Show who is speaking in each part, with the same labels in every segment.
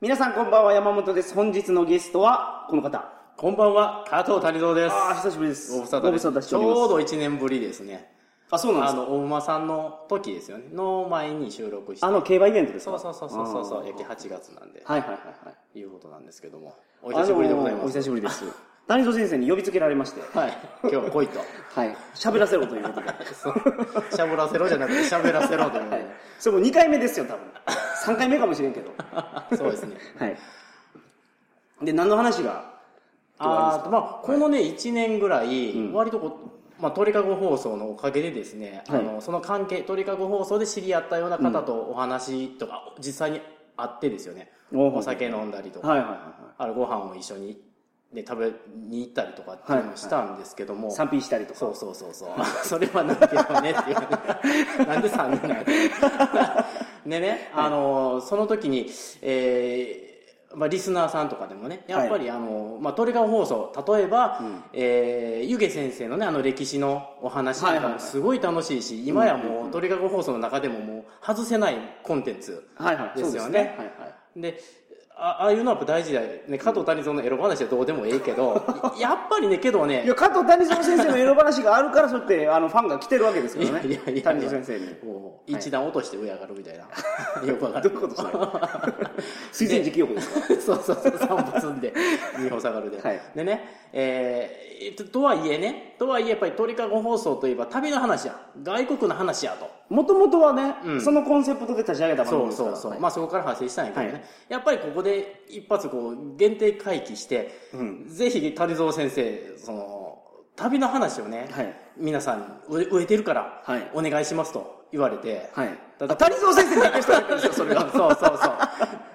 Speaker 1: 皆さんこんばんは、山本です。本日のゲストは、この方。
Speaker 2: こんばんは、加藤谷蔵です。
Speaker 1: ああ、久しぶりです。
Speaker 2: ご無沙
Speaker 1: ご
Speaker 2: 汰
Speaker 1: 無
Speaker 2: です。
Speaker 1: 沙汰し
Speaker 2: ち
Speaker 1: ており
Speaker 2: ょ
Speaker 1: ます。
Speaker 2: うど1年ぶりですね。
Speaker 1: あ、そうなんで
Speaker 2: あ
Speaker 1: すか
Speaker 2: の、大馬さんの時ですよね。の前に収録して。
Speaker 1: あの、競馬イベントです
Speaker 2: そ
Speaker 1: か
Speaker 2: うそうそうそうそうそう、
Speaker 1: あー
Speaker 2: 約8月なんで、
Speaker 1: はいはいはいはい。
Speaker 2: い、うことなんですけども。お久しぶりでござい
Speaker 1: あのーお
Speaker 2: ます。
Speaker 1: 久しぶりです。谷蔵先生に呼びつけられまして、
Speaker 2: はい。今日は来 いと。
Speaker 1: はい。喋らせろということで。
Speaker 2: そう しゃぶらせろじゃなくて、しゃべらせろということで、
Speaker 1: それもう2回目ですよ、多分。3回目かもしれんけど。
Speaker 2: そうですね。
Speaker 1: はい。で、何の話が
Speaker 2: あーまあ、このね、1年ぐらい、割とこう、まあ、鳥かご放送のおかげでですね、
Speaker 1: はい
Speaker 2: あのその関係、鳥かご放送で知り合ったような方とお話とか、実際に会ってですよね、
Speaker 1: おー
Speaker 2: お酒飲んだりとか、
Speaker 1: はいはいはいは
Speaker 2: あのご飯を一緒に、ね、食べに行ったりとかっていうのをしたんですけども、
Speaker 1: い。賛否したりとか。
Speaker 2: そうそうそうそうそれはなんていうのねっていうなんで3人なのでね、あのその時に、えーまあ、リスナーさんとかでもねやっぱり、あのまあ、トリガー放送例えば、えー、湯気先生のねあの歴史のお話と
Speaker 1: はいは
Speaker 2: か
Speaker 1: いは
Speaker 2: も
Speaker 1: い
Speaker 2: すごい楽しいし、今やもう、トリガー放送の中でももう外せないコンテンツ
Speaker 1: はいはい。
Speaker 2: ですよね
Speaker 1: そうはいはい。
Speaker 2: であああいうのはやっぱ大事だよね加藤谷蔵のエロ話はどうでもええけ どやっぱりねけどね
Speaker 1: いや、加藤谷蔵先生のエロ話があるから、そうやって、あの、ファンが来てるわけですからね。
Speaker 2: いやいやいや
Speaker 1: 谷蔵先生に。
Speaker 2: もう一段落として上上がるみたいな、 よくわか
Speaker 1: ど
Speaker 2: る
Speaker 1: ういうことそれ水前寺記憶ですか
Speaker 2: そうそうそう三歩積んで二歩下がるで、
Speaker 1: はい
Speaker 2: でね、えーととはいえねとはいえやっぱり鳥かご放送といえば旅の話や外国の話やと
Speaker 1: もともとはね、
Speaker 2: うん
Speaker 1: そのコンセプトで立ち上げた番
Speaker 2: そ
Speaker 1: 組
Speaker 2: う
Speaker 1: ですか
Speaker 2: そ
Speaker 1: ら
Speaker 2: うそう、
Speaker 1: はい
Speaker 2: まあそこから派生したんやけどね、
Speaker 1: はい
Speaker 2: やっぱりここで一発こう限定回帰して、
Speaker 1: うん
Speaker 2: ぜひ谷蔵先生その旅の話をね、
Speaker 1: はい
Speaker 2: 皆さんに植えてるから、
Speaker 1: はい
Speaker 2: お願いしますと言われて、
Speaker 1: はい
Speaker 2: だ
Speaker 1: あ谷蔵先生に言ってる人だったんですよそ
Speaker 2: そ
Speaker 1: れ
Speaker 2: れ
Speaker 1: が
Speaker 2: がそうそうそ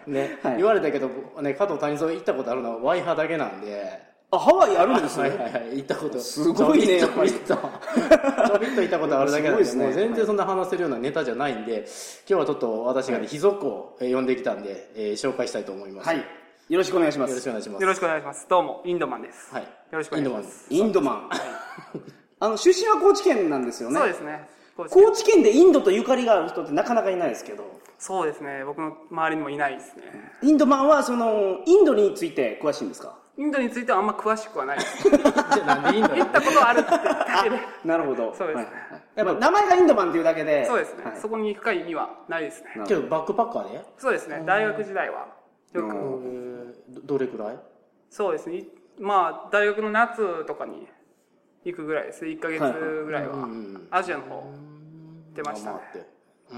Speaker 2: う、ね
Speaker 1: はい
Speaker 2: 言われたけど、ね、加藤谷蔵行ったことあるのはワイハだけなんで
Speaker 1: あハワイあるんです
Speaker 2: はい
Speaker 1: ね
Speaker 2: はいはい行ったこと
Speaker 1: すごいね
Speaker 2: ちょびっ とちょびっと行ったことあるだけな
Speaker 1: いやすごい
Speaker 2: んで
Speaker 1: ですね
Speaker 2: もう全然そんな話せるようなネタじゃないんで、今日はちょっと私がね秘蔵庫をえー呼んできたんで、えー紹介したいと思います、
Speaker 1: はいよろしくお願いしま
Speaker 2: よろし
Speaker 1: す
Speaker 2: くお願いします
Speaker 3: よろしくお願いします。どうも、インドマンです。
Speaker 2: はい
Speaker 3: よろしくお願い
Speaker 2: イ
Speaker 3: しま
Speaker 2: ンドマンです
Speaker 3: す。
Speaker 1: インドマンあの出身は高知県なんですよね
Speaker 3: そうですね。こうです
Speaker 1: 高知県でインドとゆかりがある人ってなかなかいないですけど
Speaker 3: そうですね。僕の周りにもいないですね。
Speaker 1: インドマンはそのインドについて詳しいんですか
Speaker 3: インドについてはあんま詳しくはないです。
Speaker 2: じゃあなんでインドに
Speaker 3: 行ったことはあるって言った けど。
Speaker 1: なるほど
Speaker 3: そうです
Speaker 1: はいはいやっぱ名前がインドマンっていうだけで
Speaker 3: そうですね
Speaker 1: は。い
Speaker 3: そこに深い意味はないですね。
Speaker 2: けどバックパッカーで、
Speaker 3: そうですね。大学時代は。よ
Speaker 1: う
Speaker 2: え
Speaker 3: く。
Speaker 2: ーどどれくらい
Speaker 3: そうですね。まあ、大学の夏とかに行くぐらいですね。1ヶ月ぐらいは。アジアの方、出ましたね。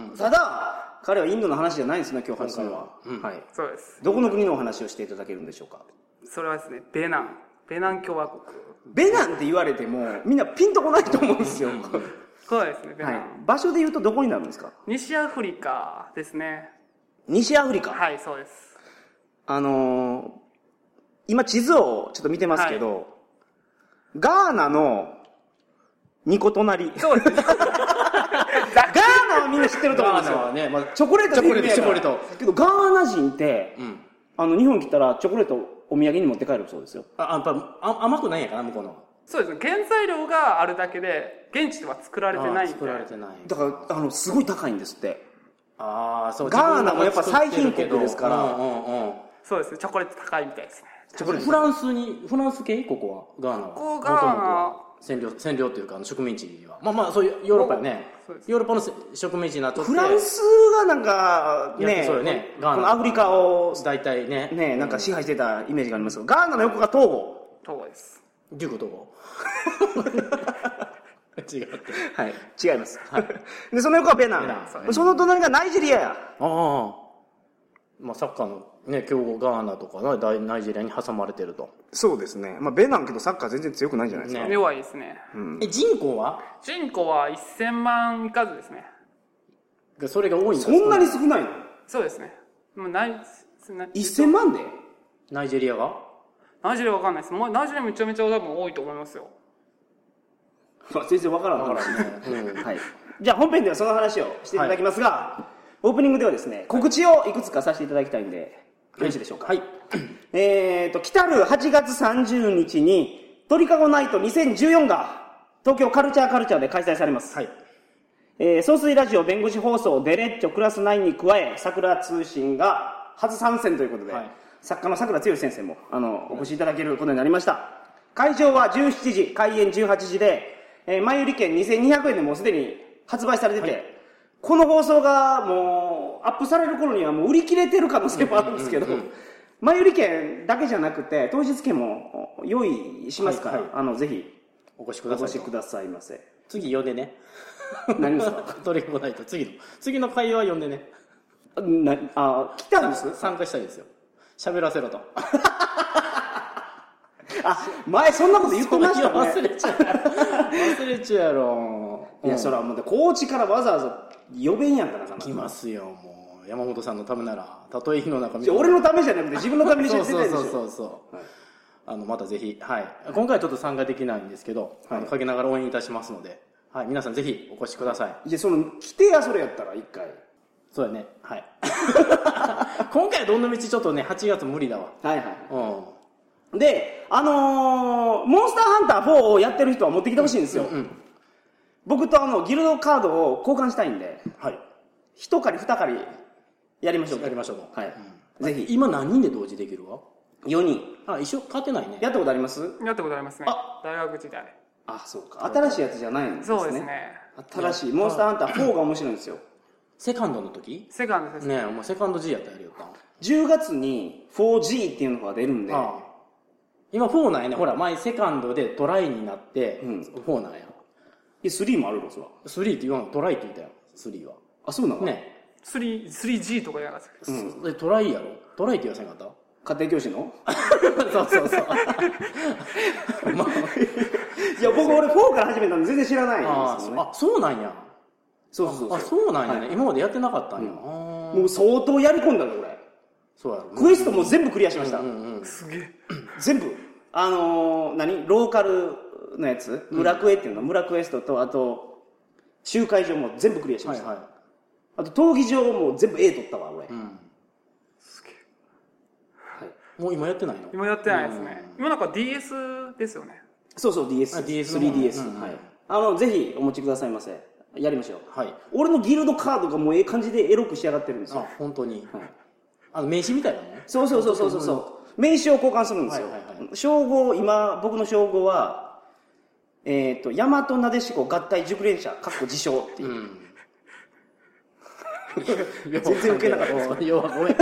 Speaker 2: って
Speaker 1: ただ彼はインドの話じゃないんですね今日話すのは、はい
Speaker 3: そうです。
Speaker 1: どこの国のお話をしていただけるんでしょうか
Speaker 3: それはですね、ベナン。ベナン共和国。
Speaker 1: ベナンって言われてもみんなピンとこないと思うんですよ、は
Speaker 3: そうですね、ベナン。
Speaker 1: い、場所で言うとどこになるんですか
Speaker 3: 西アフリカですね。
Speaker 1: 西アフリカ、
Speaker 3: はい、そうです。
Speaker 1: あのー今地図をちょっと見てますけど、ガーナの2個隣
Speaker 3: そ うですね。
Speaker 1: ガーナはみんな知ってると思うん
Speaker 2: ガ
Speaker 1: で
Speaker 2: ー
Speaker 1: す
Speaker 2: ナは
Speaker 1: よ
Speaker 2: ね、まあ、
Speaker 1: チョコレートで有名やから
Speaker 2: チョコレートチョコ
Speaker 1: けどガーナ人って、
Speaker 2: うん
Speaker 1: あの日本来たらチョコレートお土産に持って帰るそうですよ
Speaker 2: あやっぱあ甘くないんやから向こうの
Speaker 3: そうですね。原材料があるだけで、現地では作られてない
Speaker 2: あ
Speaker 3: ん
Speaker 2: ー
Speaker 3: で。
Speaker 2: 作られてない
Speaker 1: だからあのすごい高いんですって
Speaker 2: ああそう
Speaker 1: ガーナもやっぱ最貧国ですから
Speaker 2: うんうんうん
Speaker 3: そうですね。チョコレート高いみたいですね。
Speaker 1: チョコレート
Speaker 2: フランスにフランス系ここはガーナは
Speaker 3: ここガーナ
Speaker 2: 元々は占領占領というかあの植民地はまあまあそういうヨーロッパよね
Speaker 3: そうです
Speaker 2: ヨーロッパのせ植民地になっとって
Speaker 1: フランスがなんか
Speaker 2: い
Speaker 1: ね
Speaker 2: やそうよね
Speaker 1: こ
Speaker 2: ガーナ
Speaker 1: のアフリカを
Speaker 2: 大体ね
Speaker 1: ねなんか支配してたイメージがありますけどガーナの横が東郷
Speaker 3: そうです。
Speaker 2: デューク どこ違って
Speaker 1: はい違います、 でその横はベナン
Speaker 2: ベナンそう
Speaker 1: その隣がナイジェリアや
Speaker 2: ああまあサッカーのね強豪ガーナとかな大ナイジェリアに挟まれてると、
Speaker 1: そうですねまあベナンけどサッカー全然強くないじゃない
Speaker 2: ね
Speaker 3: 弱いですね。
Speaker 2: え人口は
Speaker 3: 人口は1000万いかずですね。
Speaker 2: それが多いんだ
Speaker 1: そんなに少ないの
Speaker 3: そうですね。もうないですね。
Speaker 1: 1000万で
Speaker 2: ナイジェリアが
Speaker 3: ナイジェリアわかんないです。もうナイジェリアめちゃめちゃ多分多いと思いますよ。
Speaker 1: まあ全然わからんわ からんね、はい、じゃあ本編ではその話をしていただきますが、オープニングではですね告知をいくつかさせていただきたいんでよろしいでしょうか
Speaker 2: はい
Speaker 1: えー、と、来たる8月30日に、鳥かごナイト2014が、東京カルチャーカルチャーで開催されます。
Speaker 2: はい
Speaker 1: えー、総水ラジオ弁護士放送デレッチョクラス9に加え、桜通信が、が初参戦ということで、
Speaker 2: はい
Speaker 1: 作家の桜剛先生もあのお越しいただけることになりました会場は17時開演18時で、えー前売り券2200円でもうすでに発売されてて、この放送がもうアップされる頃にはもう売り切れてる可能性もあるんですけど、前売り券だけじゃなくて当日券も用意しますから、
Speaker 2: はいは
Speaker 1: あのぜひ
Speaker 2: お越しく
Speaker 1: お
Speaker 2: ださ
Speaker 1: 越し
Speaker 2: いと
Speaker 1: くださいませ
Speaker 2: 次呼んでね
Speaker 1: 何ですか
Speaker 2: 取りに来ないと次の次の会話呼んでね
Speaker 1: な あ来たんです
Speaker 2: 参加したいですよ喋らせろと
Speaker 1: あ前そんなこと言ってましたね
Speaker 2: 忘れちゃう忘れちゃうやろ
Speaker 1: いや、それはもう、高知からわざわざ呼べんやんかなかな
Speaker 2: 来ますよもう山本さんのためならたとえ火の中見
Speaker 1: じゃあ俺のためじゃなくて、自分のためにし
Speaker 2: そう
Speaker 1: て
Speaker 2: そ
Speaker 1: た
Speaker 2: う
Speaker 1: いでし
Speaker 2: そう
Speaker 1: ょ。
Speaker 2: そうそう、
Speaker 1: はい
Speaker 2: あのまたぜひ、はい、今回はちょっと参加できないんですけど、あの陰ながら応援いたしますので、はい、皆さんぜひお越しください
Speaker 1: いや、その、来てや、それやったら、一回。
Speaker 2: そうだねはい 今回はどんな道ちょっとね8月無理だわ
Speaker 1: はいは
Speaker 2: うん
Speaker 1: い。で、あのーモンスターハンター4をやってる人は持ってきてほしいんですよ。僕とあの、ギルドカードを交換したいんで、
Speaker 2: はい
Speaker 1: 一狩り二狩りやりましょうか
Speaker 2: やりましょうと
Speaker 1: はい。
Speaker 2: ぜ
Speaker 1: ぜ
Speaker 2: ひ
Speaker 1: ひ、
Speaker 2: 今何人で同時できるわ
Speaker 1: 4人。
Speaker 2: あ一緒勝てないね
Speaker 1: やったことあります
Speaker 3: やったことありますね大学時代
Speaker 1: あ、そうか。新しいやつじゃないんですね。
Speaker 3: そうです。ね
Speaker 1: 新しい、モンスターハンター4が面白いんですよ。
Speaker 2: セカンドの時
Speaker 3: セカンドですね
Speaker 2: ねえお前セカンド G やったらやるよ
Speaker 1: 10月に 4G っていうのが出るんで、
Speaker 2: ああ今4なんやねほら前セカンドでトライになって、
Speaker 1: うん
Speaker 2: 4なんや
Speaker 1: いや、3もあるのそれは。
Speaker 2: 3って言わんのトライって言ったよ3は
Speaker 1: あ、そうなの、
Speaker 2: ね
Speaker 3: 3- 3G とかじゃなかったっけ
Speaker 2: そでトライやろトライって言わせんかった
Speaker 1: 家庭教師の
Speaker 2: そうそ うそう
Speaker 1: いや、僕、俺、4から始めたんで全然知らない
Speaker 2: あ
Speaker 1: ん
Speaker 2: あ
Speaker 1: です
Speaker 2: そ
Speaker 1: よ
Speaker 2: う
Speaker 1: ね。
Speaker 2: あそうなんや
Speaker 1: そうそうそう
Speaker 2: あそうなんやね、
Speaker 1: は
Speaker 2: 今までやってなかったんや、
Speaker 1: うん
Speaker 2: あー
Speaker 1: もう相当やり込んだの、これ。
Speaker 2: そうやろ
Speaker 1: クエストも全部クリアしました。
Speaker 3: すげえ
Speaker 1: 全部。あのー、何ローカルのやつ村クエっていうの、村クエストと、あと、集会所も全部クリアしま
Speaker 2: はい
Speaker 1: した。
Speaker 2: はい
Speaker 1: あと、闘技場も全部 A 取ったわ、俺。
Speaker 2: うん
Speaker 3: すげえ
Speaker 2: もう今やってないの
Speaker 3: 今やってないですね今なんか DS ですよね
Speaker 1: そうそう、DS。
Speaker 2: あ DS の
Speaker 1: 3DS、
Speaker 2: うん
Speaker 1: はい。あの、ぜひ、お持ちくださいませ。やりましょう。
Speaker 2: はい
Speaker 1: 俺のギルドカードがもうええ感じでエロく仕上がってるんですよ
Speaker 2: あ。本当に、
Speaker 1: はい
Speaker 2: あの名刺みたいなね
Speaker 1: そうそうそうそうそうそう名刺を交換するんですよ、
Speaker 2: はいはいは
Speaker 1: 称号今僕の称号はえっ、と大和なでしこ合体熟練者かっこ自称っていう、
Speaker 2: 全
Speaker 1: 全然ウケなかったです
Speaker 2: よごめんうんうん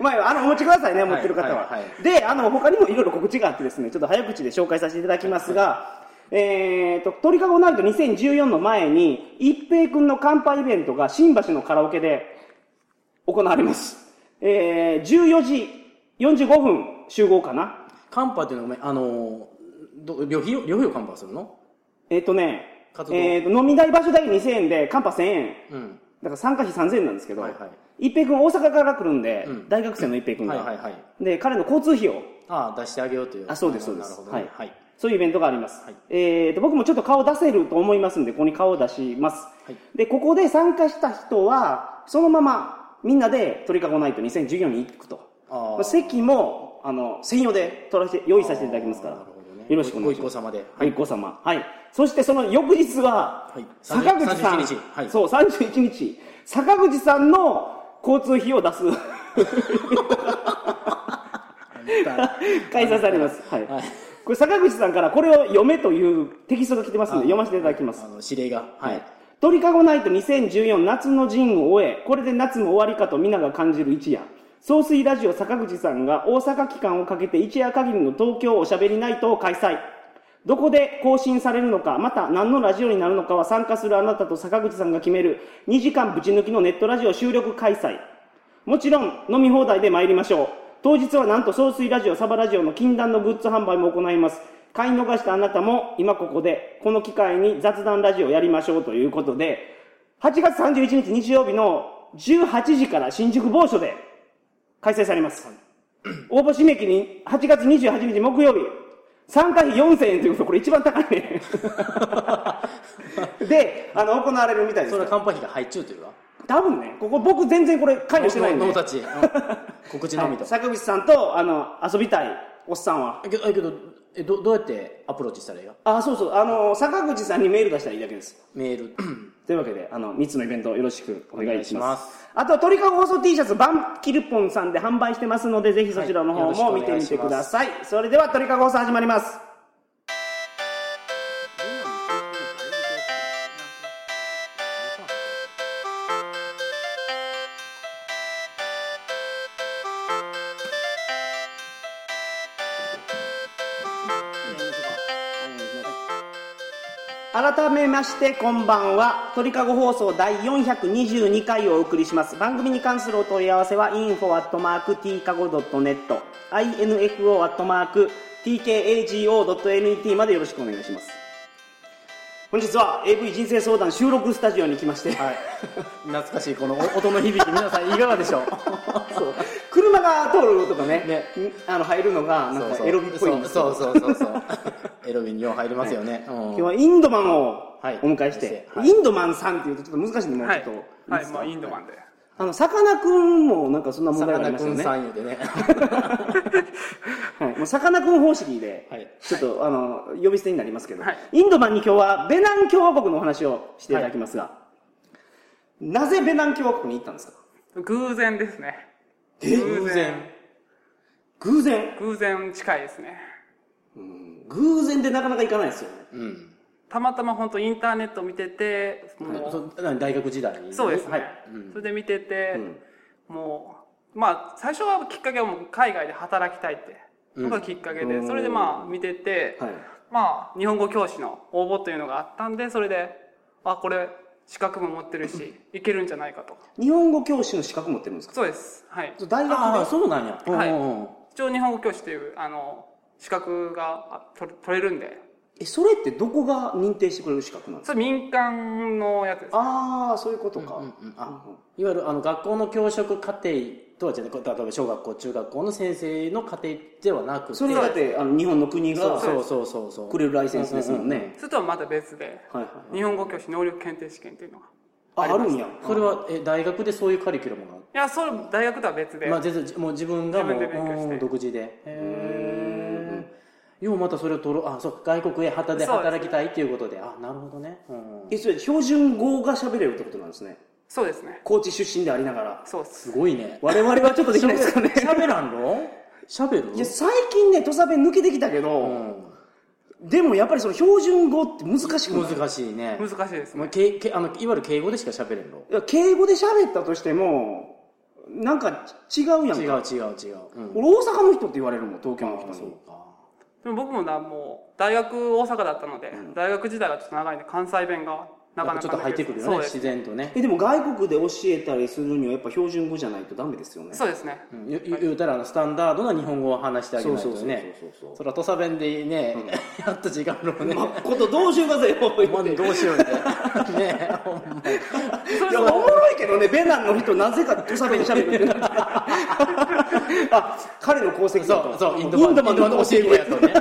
Speaker 1: まああのお持ちくださいね持ってる方は、
Speaker 2: はいはいは
Speaker 1: であの他にもいろいろ告知があってですねちょっと早口で紹介させていただきますが、えっ、と、鳥かごナイト2014の前に、一平くんの乾杯イベントが新橋のカラオケで行われます。えー、14時45分集合かな
Speaker 2: カンパっていうのはごめんあのど旅費を旅費をカンパするの
Speaker 1: えっ、とね、
Speaker 2: 活動
Speaker 1: えー、と飲み代場所代2000円でカンパ1000円
Speaker 2: うん
Speaker 1: だから参加費3000円なんですけど、
Speaker 2: はいはい
Speaker 1: 一平君大阪から来るんで、
Speaker 2: うん
Speaker 1: 大学生の一平君が、
Speaker 2: はいはいはい
Speaker 1: で彼の交通費を
Speaker 2: ああ出してあげようという
Speaker 1: あそうですそうです
Speaker 2: なるほどね
Speaker 1: は
Speaker 2: はいい、
Speaker 1: そういうイベントがあります、
Speaker 2: はい
Speaker 1: えー、と僕もちょっと顔出せると思いますんでここに顔を出します、
Speaker 2: はい
Speaker 1: でここで参加した人はそのままみんなで鳥かごナイト2014に行くと
Speaker 2: あ
Speaker 1: まあ席もあの専用で取らせて用意させていただきますから
Speaker 2: なるほどね
Speaker 1: よろしくお願いします
Speaker 2: ご一行様で
Speaker 1: はい、ご様。はい。そしてその翌日は、
Speaker 2: はい
Speaker 1: 坂口さん、
Speaker 2: 31日はい
Speaker 1: そう、31日、坂口さんの交通費を出す 開催されます。はい。
Speaker 2: はい
Speaker 1: これ坂口さんからこれを読めというテキストが来てますので、読ませていただきます
Speaker 2: あ。の指令が
Speaker 1: は
Speaker 2: はい
Speaker 1: い。鳥かごナイト2014夏の陣を終え、これで夏の終わりかと皆が感じる一夜。総水ラジオ坂口さんが大阪期間をかけて一夜限りの東京おしゃべりナイトを開催。どこで更新されるのか、また何のラジオになるのかは参加するあなたと坂口さんが決める2時間ぶち抜きのネットラジオ収録開催。もちろん飲み放題で参りましょう。当日はなんと総水ラジオ、サバラジオの禁断のグッズ販売も行います。買い逃したあなたも今ここでこの機会に雑談ラジオやりましょうということで、8月31日日曜日の18時から新宿某所で開催されます。応募締め切り8月28日木曜日、参加費4000円ということ、これ一番高い ね。で、あの、行われるみたいで
Speaker 2: そ
Speaker 1: す
Speaker 2: れは。カンパ費が入っちゅうというか
Speaker 1: 多分ね、ここ僕全然これ関与してないんで。
Speaker 2: ノータ ッチうん告知のみと
Speaker 1: はい坂口さんとあの遊びたいおっさんは
Speaker 2: えけどえけどえどどうやってアプローチしたらいいか
Speaker 1: あそうそうあの坂口さんにメール出したらいいだけです
Speaker 2: メール
Speaker 1: というわけで、あの、3つのイベントよろしくお願いし
Speaker 2: お願
Speaker 1: ま。
Speaker 2: いしますす
Speaker 1: あと、トリカゴ放送 T シャツ、バンキルポンさんで販売してますので、ぜひそちらの方も見てみてください。それでは、トリカゴ放送始まります。改めましてこんばんは鳥かご放送第422回をお送りします番組に関するお問い合わせは info.tkago.net info.tkago.net までよろしくお願いします本日は AV 人生相談収録スタジオに来まして、
Speaker 2: はい、懐かしいこの音の響き皆さんいかがでしょう
Speaker 1: そう車が通るとかね
Speaker 2: ね
Speaker 1: んあの入るのがなんかエロビっぽいんですけど
Speaker 2: そうそうそうそうエロビによう入りますよね、うん
Speaker 1: 今日はインドマンを
Speaker 2: はい
Speaker 1: お迎えして、
Speaker 2: はい
Speaker 1: インドマンさんっていうとちょっと難しいんでもう
Speaker 3: は
Speaker 1: ちょっ
Speaker 3: い
Speaker 1: と、
Speaker 3: はいい、まあインドマンで。
Speaker 1: あの、さかなクンもなんかそんな問
Speaker 2: さ
Speaker 1: 題が
Speaker 2: か
Speaker 1: あり
Speaker 2: な
Speaker 1: まし
Speaker 2: ク
Speaker 1: たよ
Speaker 2: ン
Speaker 1: ね。
Speaker 2: さん言うてね
Speaker 1: はい。もうさかなクン方式で、
Speaker 2: はい
Speaker 1: ちょっと、あの、呼び捨てになりますけど、
Speaker 3: はい
Speaker 1: インドマンに今日はベナン共和国のお話をしていただきますが、なぜベナン共和国に行ったんですか
Speaker 3: 偶然ですね。
Speaker 2: 偶然。
Speaker 1: 偶然。
Speaker 3: 偶然近いですね。
Speaker 1: 偶然でなかなか行かないですよね。
Speaker 2: うん
Speaker 3: たまたま本当インターネット見てて、もう
Speaker 2: そ何大学時代に
Speaker 3: そうですね、
Speaker 2: はい
Speaker 3: それで見てて、もうまあ最初はきっかけはもう海外で働きたいってのがきっかけで、
Speaker 1: うん
Speaker 3: それでまあ見てて、
Speaker 1: はい。
Speaker 3: まあ日本語教師の応募というのがあったんでそれであこれ資格も持ってるしいけるんじゃないかと
Speaker 1: 日本語教師の資格持ってるんですか
Speaker 3: そうですはい
Speaker 1: 大学
Speaker 2: ああ
Speaker 1: で
Speaker 2: そうなんや、
Speaker 3: はい
Speaker 2: うんうんうん
Speaker 3: 一応日本語教師というあの資格があ取れ取れるんで
Speaker 1: え、それってどこが認定してくれる資格なんですか
Speaker 3: それ民間のやつです
Speaker 1: ああ、そういうことか。
Speaker 2: うんうんあいわゆるあの学校の教職課程とは違うこう例えば小学校中学校の先生の課程ではなくて
Speaker 1: それはだって、あの、日本の国
Speaker 2: そう
Speaker 1: が
Speaker 2: そうそうそうそう
Speaker 1: くれるライセンスですもんね。
Speaker 3: それとはまた別で
Speaker 1: はいはいはい。
Speaker 3: 日本語教師能力検定試験というのが
Speaker 1: あ、あるんや。
Speaker 2: それはえ大学でそういうカリキュラムがあっ
Speaker 3: いやそれ大学とは別で、
Speaker 2: まあ、全然もう自分がもう
Speaker 3: 自分で勉強して
Speaker 2: うん独自でへえようまたそれを取ろうあそう外国へ旗で働きたいっていうことであなるほどね、うん
Speaker 1: え、それ標準語が喋れるってことなんですね。
Speaker 3: そうですね
Speaker 1: 高知出身でありながら。
Speaker 3: そうで
Speaker 2: す
Speaker 3: す
Speaker 2: ごいね
Speaker 1: 我々はちょっとできないですかね。
Speaker 2: 喋らんの喋る
Speaker 1: いや、最近ね、土佐弁抜けてきたけ
Speaker 2: う
Speaker 1: ど、
Speaker 2: ん
Speaker 1: でもやっぱりその標準語って難しくない
Speaker 2: 難しいね
Speaker 3: 難しいです
Speaker 2: まあ、
Speaker 3: ね
Speaker 2: けけあのいわゆる敬語でしか喋れんの
Speaker 1: いや敬語で喋ったとしても、なんか違うやん
Speaker 2: 違う
Speaker 1: か。
Speaker 2: 違う違う、うん、
Speaker 1: 俺大阪の人って言われるもん、東京の人
Speaker 2: そう
Speaker 1: に。
Speaker 2: か
Speaker 3: でも僕もなもう大学大阪だったので、大学時代がちょっと長いんで関西弁がなか
Speaker 2: やっぱ
Speaker 3: なか
Speaker 2: ちょっと入ってくるよ
Speaker 3: そ
Speaker 2: ね
Speaker 3: うです
Speaker 2: 自然とね、
Speaker 1: え、でも外国で教えたりするにはやっぱ標準語じゃないとダメですよね。
Speaker 3: そうですね
Speaker 2: うん、よ言うたらあのスタンダードな日本語を話してあげないと
Speaker 1: そうそうそう
Speaker 2: ね
Speaker 1: そうそうそう
Speaker 2: それは土佐弁でね、やっと時間のね、
Speaker 1: ま ことどうしようかぜよ。言うて
Speaker 2: まあ、どうしようね ねほんま
Speaker 1: いや、おもろいけどね、ベナンの人、なぜか土佐弁喋ってる なんかあ、彼の功績だ
Speaker 2: そ
Speaker 1: と
Speaker 2: うそう
Speaker 1: イ
Speaker 2: イン
Speaker 1: ン
Speaker 2: ド
Speaker 1: ド
Speaker 2: マ
Speaker 1: マ
Speaker 2: ン
Speaker 1: ン
Speaker 2: の
Speaker 1: の
Speaker 2: 教え子やとね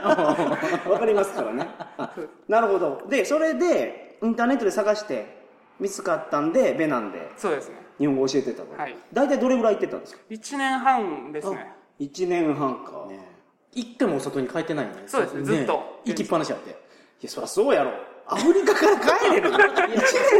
Speaker 1: わかりますから ね。あなるほど。で、それで、インターネットで探して、見つかったんで、ベナンで、
Speaker 3: そうですね
Speaker 1: 日本語教えてたの。
Speaker 3: はい
Speaker 1: 大体どれぐらい行ってたんですか
Speaker 3: 1年半ですね
Speaker 1: ?1 年半か。
Speaker 2: ね一回もお外に帰ってないよね
Speaker 3: そうですねずっと
Speaker 2: 行きっぱなしやって
Speaker 1: いや、そりゃそうやろ。アフリカから帰 れる。1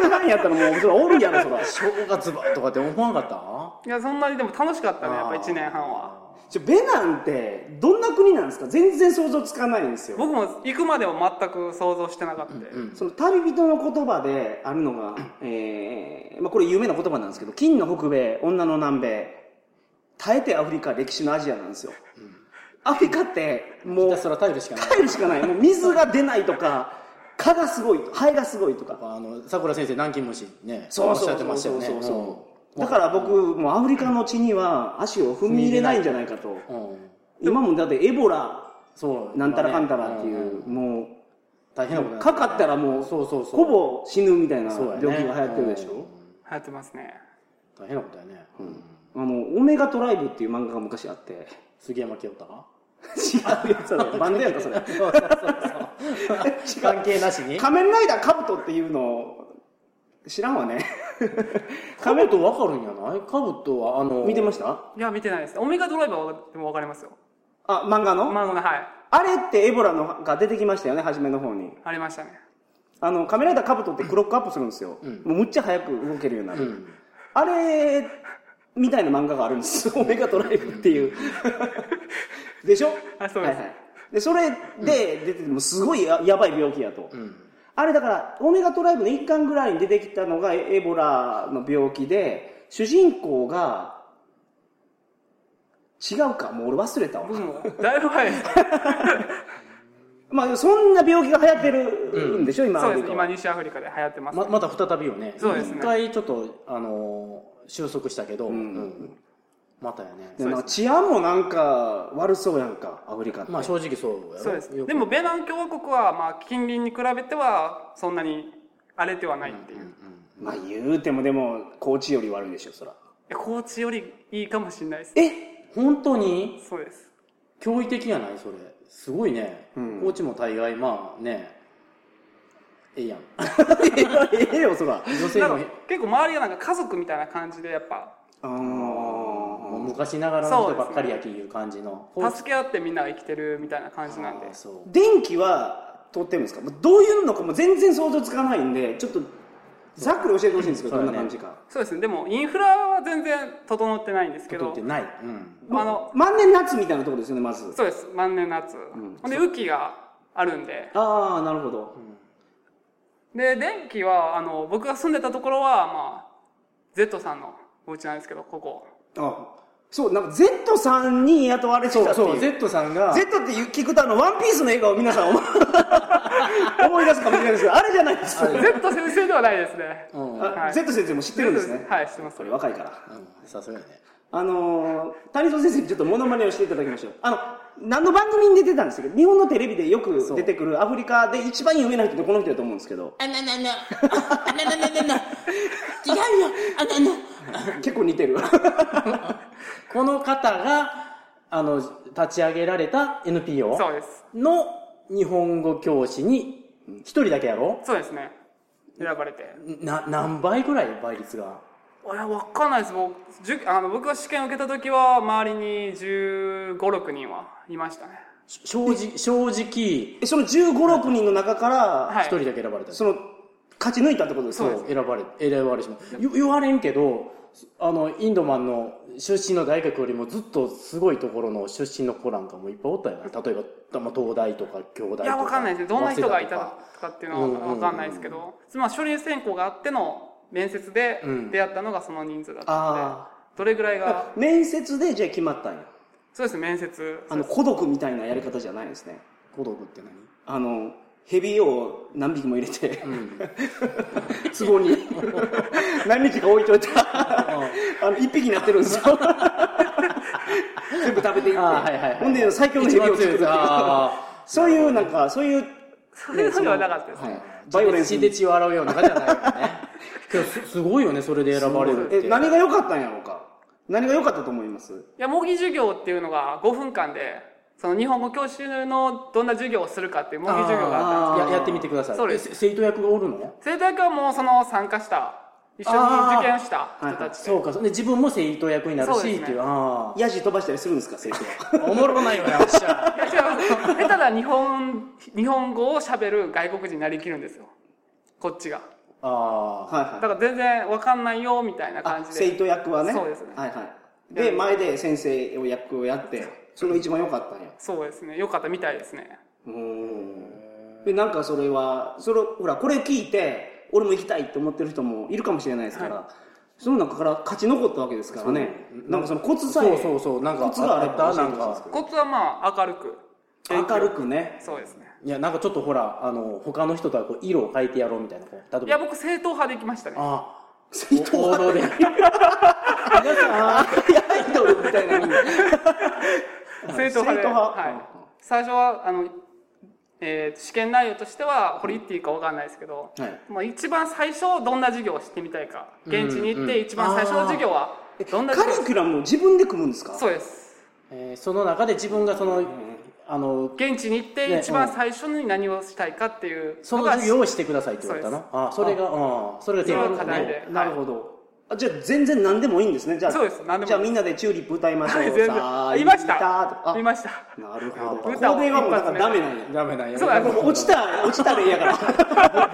Speaker 1: 年半やったらもう、そらおるやろ、そら。
Speaker 2: 正月ばとかって思わなかっ
Speaker 3: いやそんなにでも楽しかったねやっぱ
Speaker 2: あー
Speaker 3: 1年半は
Speaker 1: ちょベナンって、どんな国なんですか全然想像つかないんですよ。
Speaker 3: 僕も行くまでは全く想像してなかったんで、
Speaker 2: ん
Speaker 1: その旅人の言葉であるのが、えーまあ、これ有名な言葉なんですけど金の北米女の南米耐えてアフリカ歴史のアジアなんですよ、アフリカって
Speaker 2: た
Speaker 1: も
Speaker 2: ひ
Speaker 1: う
Speaker 2: たすら頼るしかない
Speaker 1: 耐えるしかないもう水が出ないとか蚊がすごいハエがすごいとか
Speaker 2: あのさくら先生南京虫ね
Speaker 1: そうそう
Speaker 2: おっしゃってましたよね
Speaker 1: そうそうそう
Speaker 2: うん
Speaker 1: だから僕もうアフリカの地には足を踏み入れないんじゃないかと
Speaker 2: うん
Speaker 1: 今もだってエボラ
Speaker 2: そう
Speaker 1: なんたらかんたらってい
Speaker 2: んん
Speaker 1: う、もう
Speaker 2: 大変なことにな
Speaker 1: か
Speaker 2: て
Speaker 1: かったらもう
Speaker 2: そうそうそ
Speaker 1: ほ
Speaker 2: う
Speaker 1: ぼ死ぬみたいな
Speaker 2: そうや
Speaker 1: 病
Speaker 2: ね
Speaker 1: 気が流行ってるでしょ、
Speaker 3: 流行ってますね
Speaker 2: 大変なことやね、
Speaker 1: あの、オメガトライブっていう漫画が昔あ って。違
Speaker 2: 杉山清太が
Speaker 1: うやつだ ろ。バンドやんか、それ。
Speaker 2: そうそうそう関係なしに
Speaker 1: 仮面ライダーカブトっていうのを、知らんわね。
Speaker 2: カブトわかるんやないカブトはあの
Speaker 1: 見てました
Speaker 3: いや見てないですオメガドライバーはでも分かりますよ
Speaker 1: あ、漫画の、
Speaker 3: まあはい
Speaker 1: あれってエボラのが出てきましたよね、初めの方に。
Speaker 3: ありましたね
Speaker 1: あのカメラライダーカブトってクロックアップするんですよ、もうむっちゃ早く動けるようになる、あれみたいな漫画があるんです「オメガトライブ」って いうでしょ
Speaker 3: あそうで
Speaker 1: は
Speaker 3: す
Speaker 1: いはいでそれで出ててもすごいややばい病気やと、あれだからオメガトライブの一巻ぐらいに出てきたのがエエボラの病気で主人公が違うかもう俺忘れたわ
Speaker 3: 僕もだいぶ前です
Speaker 1: まあそんな病気が流行ってるんでしょ、今
Speaker 3: そ
Speaker 1: アメ
Speaker 3: うです
Speaker 1: リカは
Speaker 3: 今西アフリカで流行ってます、
Speaker 2: ままた再びよね
Speaker 3: そうですね
Speaker 2: 一回ちょっとあのー収束したけど、
Speaker 1: ん
Speaker 2: うんまたやね
Speaker 1: でもなんか治安もなんか悪そうやんかアフリカって、
Speaker 2: まあ正直そうやろ
Speaker 3: そうです
Speaker 2: よく
Speaker 3: でもベナン共和国はまあ近隣に比べてはそんなに荒れてはないっていう、
Speaker 1: まあ言うてもでも高知より悪いでしょそら
Speaker 3: いや高知よりいいかもしれないです
Speaker 1: え
Speaker 2: 本当に
Speaker 3: そうです
Speaker 2: 驚異的やないそれすごいね、
Speaker 1: うん
Speaker 2: コーチも大概まあねええやん
Speaker 1: ええよそら
Speaker 2: 女性
Speaker 3: な
Speaker 2: も
Speaker 3: んか結構周りがなんか家族みたいな感じでやっぱ
Speaker 1: あ
Speaker 2: もう
Speaker 1: ー
Speaker 2: 昔ながらの
Speaker 3: そう
Speaker 2: 人
Speaker 3: ですね
Speaker 2: ばっかりやきいう感じの
Speaker 3: 助け合ってみんなが生きてるみたいな感じなんで
Speaker 2: あーそう
Speaker 1: 電気は通ってるんですかもうどういうのかも全然想像つかないんでちょっとざっくり教えてほしいんですけどど
Speaker 2: そうんだ
Speaker 1: な感
Speaker 2: ね
Speaker 1: じか、
Speaker 3: そうですねでもインフラは全然整ってないんですけ
Speaker 2: こと
Speaker 3: ど
Speaker 2: ってない、うん、
Speaker 3: あの
Speaker 1: 万年夏みたいなところですよねまず
Speaker 3: そうです万年夏、
Speaker 1: ん
Speaker 3: ほんで雨季があるんで
Speaker 1: ああなるほど、
Speaker 3: で電気はあの僕が住んでたところはまあ Z さんのお家なんですけどここ
Speaker 1: あそうなんか Z さんに雇われてたって
Speaker 2: そ
Speaker 1: いうう
Speaker 2: そう Z さんが
Speaker 1: Z って聞くとあの「ワンピースの映画を皆さ ん思い思い出すかもしれないですけどあれじゃないです
Speaker 3: Z 先生ではないですね
Speaker 2: うん、
Speaker 1: あ
Speaker 3: はい
Speaker 1: Z 先生も知ってるんですね
Speaker 3: はい知ってます
Speaker 1: これ若いから
Speaker 2: うんさすがやね
Speaker 1: あのー谷蔵先生にちょっとモノマネをしていただきましょうあの何の番組に出てたんですけど日本のテレビでよく出てくるアフリカで一番有名な人ってこの人だと思うんですけど
Speaker 4: あななな、あななななな、違うよ、あなな。
Speaker 1: 結構似てる
Speaker 2: この方があの立ち上げられた NPO
Speaker 3: そうです
Speaker 2: の日本語教師に一人だけやろ
Speaker 3: そうですね選ばれて
Speaker 2: な何倍ぐらい倍率が
Speaker 3: いや分かんないです僕じゅあの僕が試験を受けた時は周りに1 5六6人はいましたね
Speaker 2: し正直正直
Speaker 1: えその1 5 6人の中から、
Speaker 3: はい
Speaker 2: 一人だけ選ばれた、
Speaker 1: その勝ち抜いたってことです
Speaker 3: そう
Speaker 1: か
Speaker 3: です
Speaker 2: 選ばれ選ばれしまう言言われんけどあのインドマンの出身の大学よりもずっとすごいところの出身の子なんかもいっぱいおったよね例えばまあ東大とか京大とか
Speaker 3: いや分かんないですねどんな人がいた
Speaker 2: 早稲田とか
Speaker 3: かっていうのは分かんないですけど、まあ書類選考があっての面接で
Speaker 2: うん
Speaker 3: 出会ったのがその人数だったので、
Speaker 1: あ
Speaker 3: どれぐらい
Speaker 1: あ
Speaker 3: が
Speaker 1: 面接でじゃあ決まったんや
Speaker 3: そうですね面接
Speaker 1: あの孤独みたいなやり方じゃないんですね
Speaker 2: 孤独って何
Speaker 1: あのヘビを何匹も入れて、 壺に何日か置いといたあの一匹になってるんですよ 全部食べていって、
Speaker 2: あーはいはいはい
Speaker 1: ほんで最強のヘ
Speaker 2: 一
Speaker 1: ビ
Speaker 2: 番
Speaker 1: を作
Speaker 2: 強い
Speaker 1: る
Speaker 2: やつあ
Speaker 1: そういうなんかそういう
Speaker 3: そういうのではなかったですね、
Speaker 2: ー
Speaker 1: バイオレンス
Speaker 2: 血で血を洗うような感じじゃないよねけどすすごいよねそれで選ばれるっ
Speaker 1: え
Speaker 2: て
Speaker 1: 何が良かったんやろうか何が良かったと思います
Speaker 3: いや模擬授業っていうのが5分間でその日本語教師のどんな授業をするかっていう模擬授業があったんです
Speaker 1: あー
Speaker 2: ややってみてください
Speaker 3: そうです
Speaker 2: え生徒役がおるの
Speaker 3: 生徒役はもうその参加した一緒に受験した人たちで、
Speaker 2: そうかそうで自分も生徒役になるし
Speaker 3: そうですね
Speaker 2: っていうあ
Speaker 1: ヤジ飛ばしたりするんですか生徒は
Speaker 2: あおもろないよねあっしゃ
Speaker 3: いや違う下手な日本日本語を喋る外国人になりきるんですよこっちが
Speaker 2: ああ、
Speaker 1: はいは
Speaker 3: だ
Speaker 1: い
Speaker 3: から全然わかんないよみたいな
Speaker 1: あ
Speaker 3: 感じ
Speaker 1: 生
Speaker 3: で
Speaker 1: 徒役はね
Speaker 3: そうですね
Speaker 1: はいはいで前で先生を役をやってそれが一番良かったんや
Speaker 3: そうですねよかったみたいですね
Speaker 1: でなんかそれはそれほらこれ聞いて俺も行きたいって思ってる人もいるかもしれないですから、その中から勝ち残ったわけですからねなんかそのコツさえ
Speaker 2: そうそうそうなんか
Speaker 1: コツがあれば
Speaker 2: あった
Speaker 1: 教えてほしいです
Speaker 3: コツはまあ明るく
Speaker 1: けど明るくね
Speaker 3: そうですね
Speaker 2: いやなんかちょっとほらあの他の人とはこう色を変えてやろうみたいなこう例え
Speaker 3: い
Speaker 2: ば
Speaker 3: や僕正統派で行きましたね
Speaker 2: あ
Speaker 1: 水
Speaker 2: あ王道で皆さん
Speaker 1: アイドルみたいなのに正
Speaker 3: 正統派で
Speaker 1: 統派
Speaker 3: は
Speaker 1: うんうん
Speaker 3: い、最初はあの、えー試験内容としてはこれ言っていいかわかんないですけど、
Speaker 1: はい
Speaker 3: もう一番最初どんな授業をしてみたいか現地に行って一番最初の授業はどんな
Speaker 1: カリ
Speaker 3: 授業
Speaker 1: キュラムを自分で組むんですか
Speaker 3: そうです
Speaker 2: えーその中で自分がそのあの
Speaker 3: 現地に行って
Speaker 2: ね
Speaker 3: 一番最初に何をしたいかっていう
Speaker 2: そ
Speaker 3: の
Speaker 2: の
Speaker 3: が
Speaker 2: 授業をしてくださいって言われたのあそれがうんそれが
Speaker 3: それ
Speaker 2: 全
Speaker 3: が
Speaker 2: 部
Speaker 3: 課題で
Speaker 1: なるほどあじゃあ全然何でもいいんですねじゃあ
Speaker 3: そうです何でもいい
Speaker 1: じゃあみんなでチューリップ歌いましょう
Speaker 3: はい 全
Speaker 1: さあ
Speaker 3: 然いまし
Speaker 1: ギターと
Speaker 3: た
Speaker 1: あ
Speaker 3: いました
Speaker 1: なるほどこれ
Speaker 3: 歌を
Speaker 1: はもうだからダメなんや
Speaker 2: ダメなんや。
Speaker 3: そうだ
Speaker 2: も
Speaker 1: 落ちた落ちたらいいやから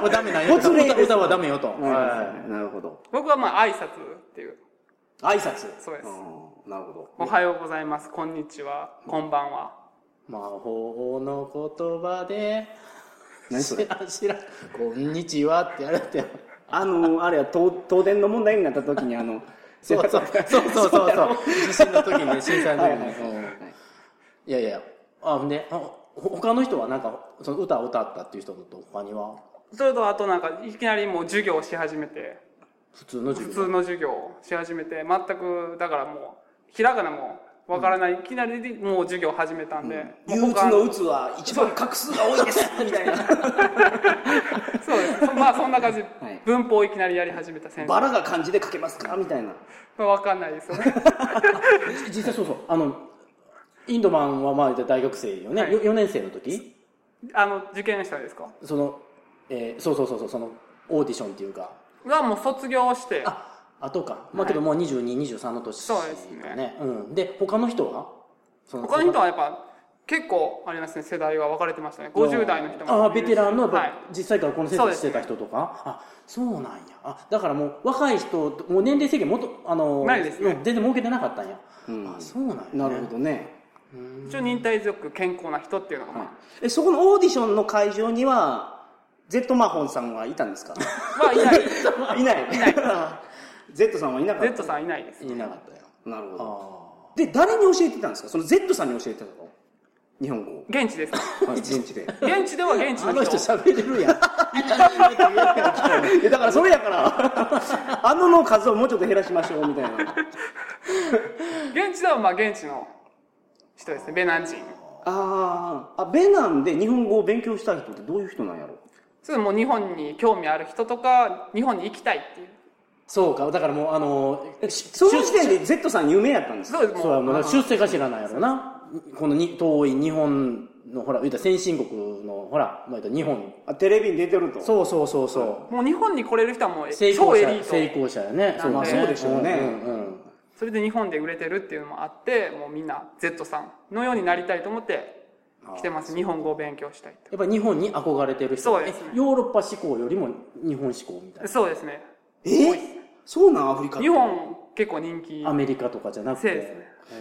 Speaker 2: もうダメなんや。
Speaker 1: 没礼です
Speaker 2: 歌歌はダメよと。は
Speaker 1: はいなるほど
Speaker 3: 僕はまあ挨拶っていう
Speaker 1: 挨拶
Speaker 3: そうです
Speaker 1: うんなるほど
Speaker 3: おはようございますこんにちはこんばんはい
Speaker 2: 魔法の言葉で、
Speaker 1: 何それ
Speaker 2: 知らん知らん。こんにちはってや れて。
Speaker 1: あのあれや東東電の問題になった時にあ の
Speaker 2: そうそうそうそうそ うそう。地震の時にね、震災の時にね。うんいやいや、あ、ほんで、あほ他の人はなんか、その歌を歌ったっていう人と他には、
Speaker 3: それとあとなんかいきなりもう授業をし始めて
Speaker 2: 普通の
Speaker 3: 普
Speaker 2: 授業。
Speaker 3: 通の授業をし始めて全くだからもうひらがなもわからない、いきなりでもう授業始めたんで、
Speaker 1: 憂
Speaker 3: もう
Speaker 1: 鬱
Speaker 3: 他
Speaker 1: の鬱は一番画数が多いですみ たいな
Speaker 3: そうですそまあそんな感じ、
Speaker 1: い
Speaker 3: 文法をいきなりやり始めた先生
Speaker 1: バラが漢字で書けますかみたいな
Speaker 3: まあわかんないですよ ね
Speaker 2: 実際そうそう。あの、インドマンはまあ大学生よね。
Speaker 3: はい
Speaker 2: よ4年生の時
Speaker 3: あの受験したんですか
Speaker 2: その、えーそうそうそうそう、その、オーディションっていうか、
Speaker 3: がもう卒業して
Speaker 2: あ、後か。まあけどもう22、23の年、ね。
Speaker 3: そうですね。
Speaker 2: うん。で、他の人はそ
Speaker 3: 他の人はやっぱ結構あれですね世代が分かれてましたね50代の人も
Speaker 2: ああベテランの、
Speaker 3: はい、
Speaker 2: 実際からこの先生してた人とかあそうなんやあだからもう若い人ともう年齢制限もっとあの
Speaker 3: ないですね
Speaker 2: うん全然設けてなかったんや、
Speaker 1: ん
Speaker 2: あそうなんや、ね、
Speaker 1: なるほどね
Speaker 3: 一応忍耐強く健康な人っていうのが、ま
Speaker 1: えそこのオーディションの会場には Z マホンさんはいたんですか
Speaker 3: あまあいな い
Speaker 1: い ないいない Z さんはいなかった
Speaker 3: Z さんいないです
Speaker 2: いなかったよ
Speaker 1: なるほど
Speaker 2: あ
Speaker 1: で誰に教えてたんですかその Z さんに教えてたの日本 語を
Speaker 3: 現地ですか
Speaker 1: 現地で
Speaker 3: 現地では現地
Speaker 2: ああ
Speaker 3: の
Speaker 2: の
Speaker 3: 人
Speaker 2: 人喋れるやん
Speaker 1: いやだからそれやから あのの数をもうちょっと減らしましょうみたいな
Speaker 3: 現地ではまあ現地の人ですねベナン人
Speaker 1: あーあベナンで日本語を勉強した人ってどういう人なんやろ
Speaker 3: それもう日本に興味ある人とか日本に行きたいっていう
Speaker 2: そうかだからもうあの
Speaker 1: そ
Speaker 2: そ
Speaker 1: の時点で Z さん有名やったんですか
Speaker 3: そうです
Speaker 2: そうやもうだ
Speaker 3: う
Speaker 2: から出世か知らないやろなこのに遠い日本のほら言うたら先進国のほら、まあ、言うたら日本
Speaker 1: あテレビに出てると
Speaker 2: そうそうそうそう
Speaker 3: もう日本に来れる人はもう
Speaker 2: 成功
Speaker 3: 超エリ
Speaker 2: 者
Speaker 3: ート
Speaker 2: 成功者やね
Speaker 3: なんで
Speaker 2: ね
Speaker 3: まあそう
Speaker 1: でしょうね
Speaker 2: うんうんうん
Speaker 3: それで日本で売れてるっていうのもあってもうみんな Z さんのようになりたいと思って来てます日本語を勉強したい
Speaker 2: やっぱり日本に憧れてる人
Speaker 3: そうですね
Speaker 2: えヨーロッパ志向よりも日本志向みたい
Speaker 3: とそうですね
Speaker 1: えそうなんアフリカって
Speaker 3: 日本結構人気
Speaker 2: なアメリカとかじゃなく
Speaker 3: そう
Speaker 2: て
Speaker 3: ですね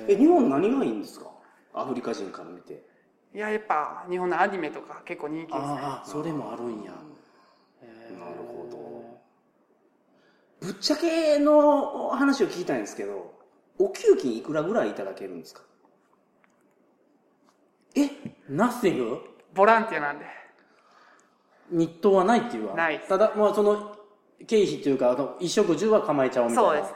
Speaker 1: え日本何がいいんですかアフリカ人から見て
Speaker 3: いややっぱ日本のアニメとか結構人気ですね
Speaker 2: ああそれもあるん
Speaker 1: なる
Speaker 2: や
Speaker 1: ほどぶっちゃけの話を聞きたいんですけどお給金いくらぐらいいただけるんですか
Speaker 2: えナッシング
Speaker 3: ボランティアなんで
Speaker 2: 日当はないっていうわ
Speaker 3: ない
Speaker 2: ただまあその経費というかあの衣食住は構えちゃうみたいな
Speaker 3: そうですね